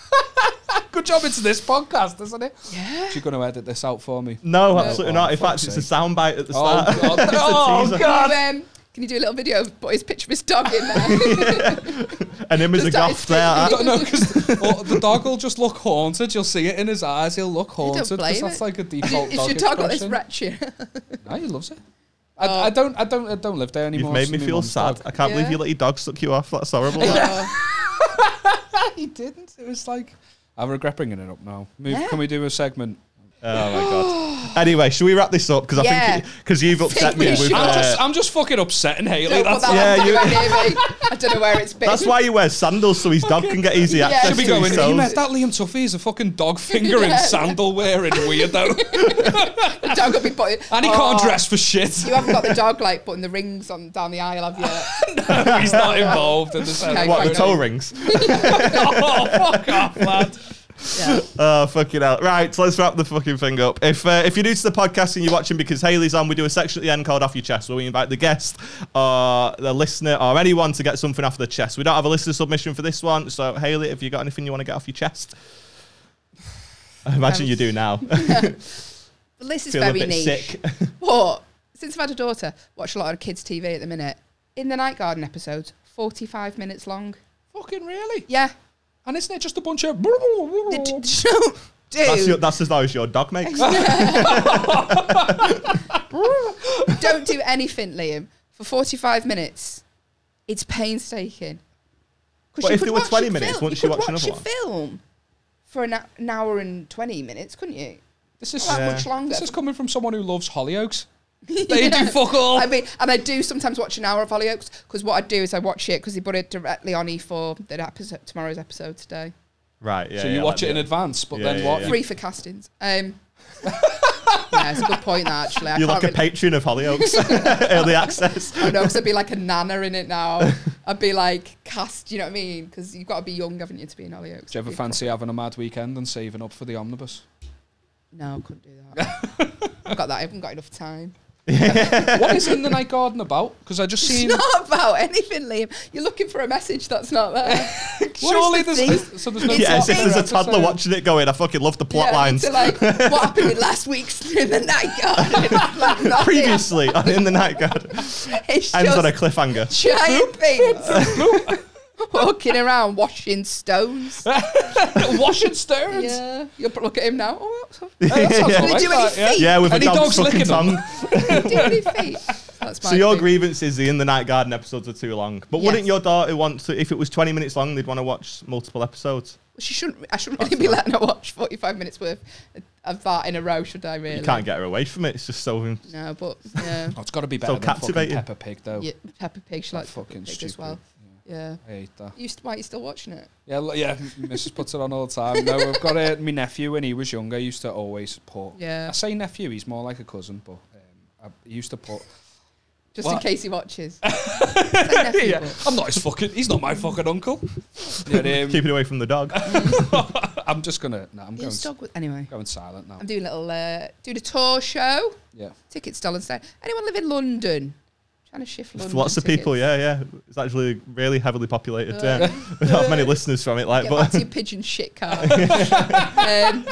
Speaker 2: Good job, it's this podcast, isn't it?
Speaker 1: Yeah.
Speaker 2: She's going to edit this out for me.
Speaker 3: No, absolutely
Speaker 2: Oh,
Speaker 3: not. In
Speaker 2: fuck's
Speaker 3: fact, it's a
Speaker 2: sake.
Speaker 3: soundbite at the
Speaker 2: Oh,
Speaker 3: start.
Speaker 2: God.
Speaker 3: It's a
Speaker 2: Oh,
Speaker 3: teaser.
Speaker 2: God.
Speaker 1: Can you, um, can you do a little video of boys picture of his dog in there?
Speaker 3: And him as a
Speaker 1: Just that
Speaker 3: goth
Speaker 1: it's-
Speaker 3: there.
Speaker 2: No, no, because the dog will just look haunted. You'll see it in his eyes. He'll look haunted
Speaker 1: blame
Speaker 2: because that's
Speaker 1: it.
Speaker 2: like a default
Speaker 1: Is
Speaker 2: dog
Speaker 1: your dog like this
Speaker 2: expression.
Speaker 1: wretched?
Speaker 2: No, he loves it. I, I
Speaker 1: Oh.
Speaker 2: don't. I don't. I don't live there
Speaker 3: You've
Speaker 2: anymore.
Speaker 3: made
Speaker 2: It's
Speaker 3: me
Speaker 2: my
Speaker 3: feel
Speaker 2: mum's
Speaker 3: sad.
Speaker 2: dog.
Speaker 3: I can't believe
Speaker 1: Yeah.
Speaker 3: you let your dog suck you off. That's horrible.
Speaker 1: Oh.
Speaker 2: he didn't. It was like I regret bringing it up now. Move,
Speaker 1: Yeah.
Speaker 2: Can we do a segment?
Speaker 3: Oh my god. Anyway, should we wrap this up? Because I
Speaker 1: Yeah.
Speaker 3: think because you've upset me.
Speaker 1: we
Speaker 3: with,
Speaker 1: should.
Speaker 2: I'm
Speaker 3: uh,
Speaker 2: just. I'm just fucking upsetting Haley.
Speaker 1: Don't put
Speaker 2: That's
Speaker 1: that yeah,
Speaker 3: Yeah, you-
Speaker 1: near me. I don't know where it's been.
Speaker 3: that's why he wears sandals so his dog can get easy
Speaker 1: Yeah.
Speaker 3: access
Speaker 2: Should be
Speaker 3: to
Speaker 2: going.
Speaker 3: his
Speaker 2: He met
Speaker 3: toes.
Speaker 2: that Liam Tuffy. He's a fucking dog fingering,
Speaker 1: Yeah.
Speaker 2: sandal wearing weirdo,
Speaker 1: the dog will be putting.
Speaker 2: and he
Speaker 1: Oh.
Speaker 2: can't dress for shit.
Speaker 1: You haven't got the dog like putting the rings on down the aisle, have you?
Speaker 2: He's not involved in this.
Speaker 1: Okay,
Speaker 3: What the
Speaker 1: Fuck
Speaker 3: toe
Speaker 1: off.
Speaker 3: rings?
Speaker 2: Oh, fuck off, lad.
Speaker 1: yeah.
Speaker 3: Oh fucking hell! Right, so let's wrap the fucking thing up. If uh, if you're new to the podcast and you're watching because Haley's on, we do a section at the end called "Off Your Chest," where we invite the guest or the listener or anyone to get something off their chest. We don't have a listener submission for this one, so Haley, have you got anything you want to get off your chest? I imagine you do now.
Speaker 1: Well, this is
Speaker 3: Feel a
Speaker 1: very
Speaker 3: bit
Speaker 1: niche.
Speaker 3: sick.
Speaker 1: But since I've had a daughter, watch a lot of kids' TV at the minute. In the Night Garden episodes, 45 minutes long.
Speaker 2: Fucking really?
Speaker 1: Yeah.
Speaker 2: And isn't it just a bunch of?
Speaker 1: D- d- Dude.
Speaker 3: That's, your, that's as noise your dog makes.
Speaker 1: don't do anything, Liam, for 45 minutes. It's painstaking. 'Cause
Speaker 3: But
Speaker 1: you
Speaker 3: if
Speaker 1: could
Speaker 3: it were
Speaker 1: watch
Speaker 3: 20
Speaker 1: your
Speaker 3: minutes,
Speaker 1: film-
Speaker 3: wouldn't
Speaker 1: you
Speaker 3: you
Speaker 1: could
Speaker 3: watch
Speaker 1: watch your
Speaker 3: another
Speaker 1: film for an, an hour and 20 minutes, couldn't you?
Speaker 2: This is
Speaker 1: Not
Speaker 3: Yeah.
Speaker 1: much longer.
Speaker 2: this is coming from someone who loves Hollyoaks. They do fuck all.
Speaker 1: I mean, and I do sometimes watch an hour of Hollyoaks because what I do is I watch it because they put it directly on E4, the episode, tomorrow's episode today.
Speaker 3: Right. Yeah.
Speaker 2: so you
Speaker 3: yeah,
Speaker 2: watch
Speaker 3: like
Speaker 2: it in
Speaker 3: the-
Speaker 2: advance, but
Speaker 3: Yeah,
Speaker 2: then
Speaker 3: yeah,
Speaker 2: what?
Speaker 3: yeah.
Speaker 1: Free for castings. Um, yeah, it's a good point, that, actually. I
Speaker 3: You're
Speaker 1: can't
Speaker 3: like a
Speaker 1: really,
Speaker 3: patron of Hollyoaks, early access.
Speaker 1: I know, because I'd be like a nana in it now. I'd be like cast, you know what I mean? Because you've got to be young, haven't you, to be in Hollyoaks?
Speaker 2: Do you ever
Speaker 1: You'd
Speaker 2: fancy having a mad weekend and saving up for the omnibus?
Speaker 1: probably- No, I couldn't do that. I've got that. I haven't got enough time.
Speaker 2: what is in the night garden about? Because I just seen.
Speaker 1: It's not about anything, Liam. You're looking for a message that's not there. What is
Speaker 2: surely
Speaker 1: the
Speaker 2: there's,
Speaker 1: thing?
Speaker 2: there's- so there's no.
Speaker 1: It's
Speaker 3: yeah,
Speaker 2: plot
Speaker 3: as if
Speaker 1: not-
Speaker 3: there's a
Speaker 2: episode.
Speaker 3: toddler watching it going, I fucking love the plot
Speaker 1: Yeah,
Speaker 3: lines.
Speaker 1: so, like, what happened in last week's in the night garden? like, nothing.
Speaker 3: Previously on In the Night Garden.
Speaker 1: It's
Speaker 3: Ends on a
Speaker 1: just
Speaker 3: cliffhanger.
Speaker 1: giant things. Walking around washing stones.
Speaker 2: Washing stones.
Speaker 1: Yeah, you'll look at him now. Oh, what's up?
Speaker 2: Oh, that sounds
Speaker 3: Yeah.
Speaker 2: all
Speaker 1: Did he do any
Speaker 2: right, that, yeah.
Speaker 1: feet?
Speaker 3: Yeah, with
Speaker 2: Any
Speaker 3: a dog
Speaker 2: dogs
Speaker 3: sucking
Speaker 2: licking them?
Speaker 3: tongue.
Speaker 1: Do any feet? That's my
Speaker 3: So your
Speaker 1: thing.
Speaker 3: grievance is the In the Night Garden episodes are too long. But wouldn't
Speaker 1: Yes.
Speaker 3: your daughter want to, if it was 20 minutes long, they'd want to watch multiple episodes?
Speaker 1: She shouldn't. I shouldn't really be letting her watch forty-five minutes worth of that in a row, should I? Really?
Speaker 3: You can't get her away from it. It's just so.
Speaker 1: No, but yeah,
Speaker 2: Oh, it's got to be
Speaker 3: So
Speaker 2: better than fucking
Speaker 3: captivating.
Speaker 2: Peppa Pig
Speaker 3: Oh.
Speaker 2: though.
Speaker 1: yeah Peppa Pig. She likes
Speaker 2: fucking
Speaker 1: Peppa Pig
Speaker 2: stupid.
Speaker 1: as well. Yeah.
Speaker 2: I hate that.
Speaker 1: You st- why are you still watching it?
Speaker 2: Yeah, l- yeah. Mrs. puts it on all the time. No, I've got uh, my nephew when he was younger. Used to always put. I
Speaker 1: Yeah.
Speaker 2: say nephew. He's more like a cousin, but um, I he used to put.
Speaker 1: Just in
Speaker 2: What?
Speaker 1: case he watches. It's like nephew,
Speaker 2: Yeah,
Speaker 1: but-
Speaker 2: I'm not his fucking. He's not my fucking uncle. Yeah, um,
Speaker 3: Keep it away from the dog.
Speaker 2: I'm just gonna. No, I'm going.
Speaker 1: His dog was- anyway.
Speaker 2: Going silent now.
Speaker 1: I'm doing a little uh, doing a tour show.
Speaker 2: Yeah.
Speaker 1: Tickets still on sale. Anyone live in London? Trying to shift London.
Speaker 3: Lots of people,
Speaker 1: tickets.
Speaker 3: yeah, yeah. It's actually really heavily populated.
Speaker 1: Uh,
Speaker 3: yeah. Not many listeners from it, like,
Speaker 1: Get
Speaker 3: but
Speaker 1: back to your pigeon shit car. um,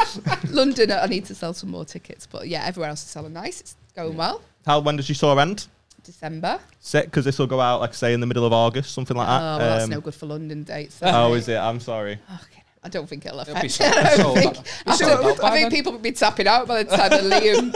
Speaker 1: London, I need to sell some more tickets, but yeah, everywhere else is selling nice. It's going well.
Speaker 3: How when does your tour end?
Speaker 1: December.
Speaker 3: Sick, because this will go out, like say, in the middle of August, something like that.
Speaker 1: oh, well, that's
Speaker 3: Um,
Speaker 1: no good for London dates.
Speaker 3: oh, is it? I'm sorry.
Speaker 1: Fucking I don't think it'll
Speaker 2: It'll be
Speaker 1: affect.
Speaker 2: sold-
Speaker 1: I don't
Speaker 2: sold
Speaker 1: think,
Speaker 2: out-
Speaker 1: I
Speaker 2: sold
Speaker 1: don't-
Speaker 2: out by
Speaker 1: I think
Speaker 2: then.
Speaker 1: people would be tapping out by the time the Liam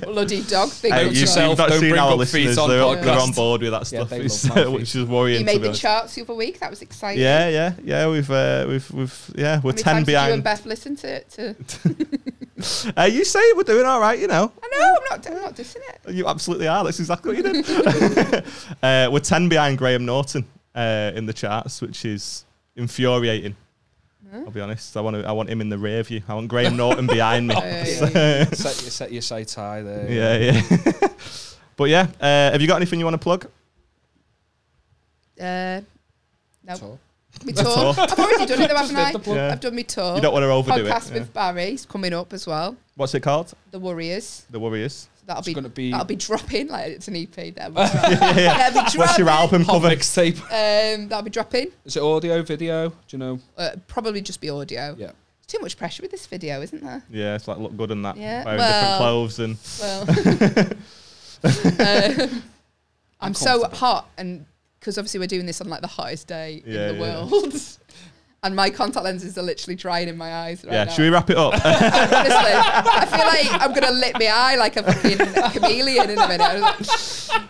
Speaker 1: so bloody dog thing.
Speaker 3: Hey,
Speaker 1: comes
Speaker 3: you,
Speaker 1: up.
Speaker 2: yourself,
Speaker 3: have not
Speaker 2: don't
Speaker 3: seen
Speaker 2: bring
Speaker 3: our
Speaker 2: up
Speaker 3: listeners.
Speaker 2: feet on
Speaker 3: They're, they're
Speaker 2: podcasts.
Speaker 3: on board with that
Speaker 2: Yeah,
Speaker 3: stuff,
Speaker 2: they
Speaker 3: it's,
Speaker 2: love my feet.
Speaker 3: which is worrying.
Speaker 1: you
Speaker 3: to
Speaker 1: made
Speaker 3: be
Speaker 1: the
Speaker 3: honest.
Speaker 1: charts the other week. That was exciting.
Speaker 3: Yeah, yeah, yeah. We've uh, we've we've yeah, we're
Speaker 1: How many
Speaker 3: ten
Speaker 1: times did you and
Speaker 3: behind.
Speaker 1: Beth listen to it? To
Speaker 3: Uh, you say we're doing all right, you know.
Speaker 1: I know I'm not. I'm not dissing it.
Speaker 3: You absolutely are. That's exactly what you did. uh, we're ten behind Graham Norton uh, in the charts, which is infuriating. I'll be honest. I want to, I want him in the rear view. I want Graham Norton behind me.
Speaker 1: Uh, Hey.
Speaker 2: set, your, set your sights high there.
Speaker 3: Yeah, yeah. but yeah, uh, have you got anything you want to plug?
Speaker 1: Uh, no,
Speaker 2: Tour.
Speaker 1: my
Speaker 3: That's
Speaker 1: tour.
Speaker 3: all.
Speaker 1: I've already done it, though,
Speaker 2: Just
Speaker 1: haven't
Speaker 2: did
Speaker 1: I?
Speaker 2: the plug.
Speaker 3: Yeah.
Speaker 1: I've done my tour.
Speaker 3: You don't want to
Speaker 1: Oh,
Speaker 3: overdo
Speaker 1: Podcast
Speaker 3: it.
Speaker 1: with
Speaker 3: yeah.
Speaker 1: Barry's coming up as well.
Speaker 3: What's it called?
Speaker 1: The Warriors.
Speaker 3: The Warriors.
Speaker 1: So that'll
Speaker 2: It's
Speaker 1: be,
Speaker 2: gonna be-
Speaker 1: that'll be dropping like it's an EP. Then
Speaker 3: yeah, yeah.
Speaker 1: that'll be
Speaker 3: What's
Speaker 1: dropping.
Speaker 3: your album
Speaker 2: Hot
Speaker 3: cover?
Speaker 2: mixtape.
Speaker 1: Um, that'll be dropping.
Speaker 2: Is it audio, video? Do you know?
Speaker 1: Uh, probably just be audio.
Speaker 2: Yeah.
Speaker 1: It's too much pressure with this video, isn't there?
Speaker 3: Yeah, it's like look good in that.
Speaker 1: Yeah,
Speaker 3: Wearing different
Speaker 1: well-
Speaker 3: clothes and
Speaker 1: Well, um, I'm so
Speaker 2: Uncomfortable.
Speaker 1: hot, and because obviously we're doing this on like the hottest day
Speaker 3: Yeah,
Speaker 1: in the
Speaker 3: yeah.
Speaker 1: world, and my contact lenses are literally drying in my eyes right
Speaker 3: yeah.
Speaker 1: now.
Speaker 3: Should we wrap it up?
Speaker 1: Honestly, I feel like I'm gonna lit my eye like a fucking chameleon in a minute. I was like,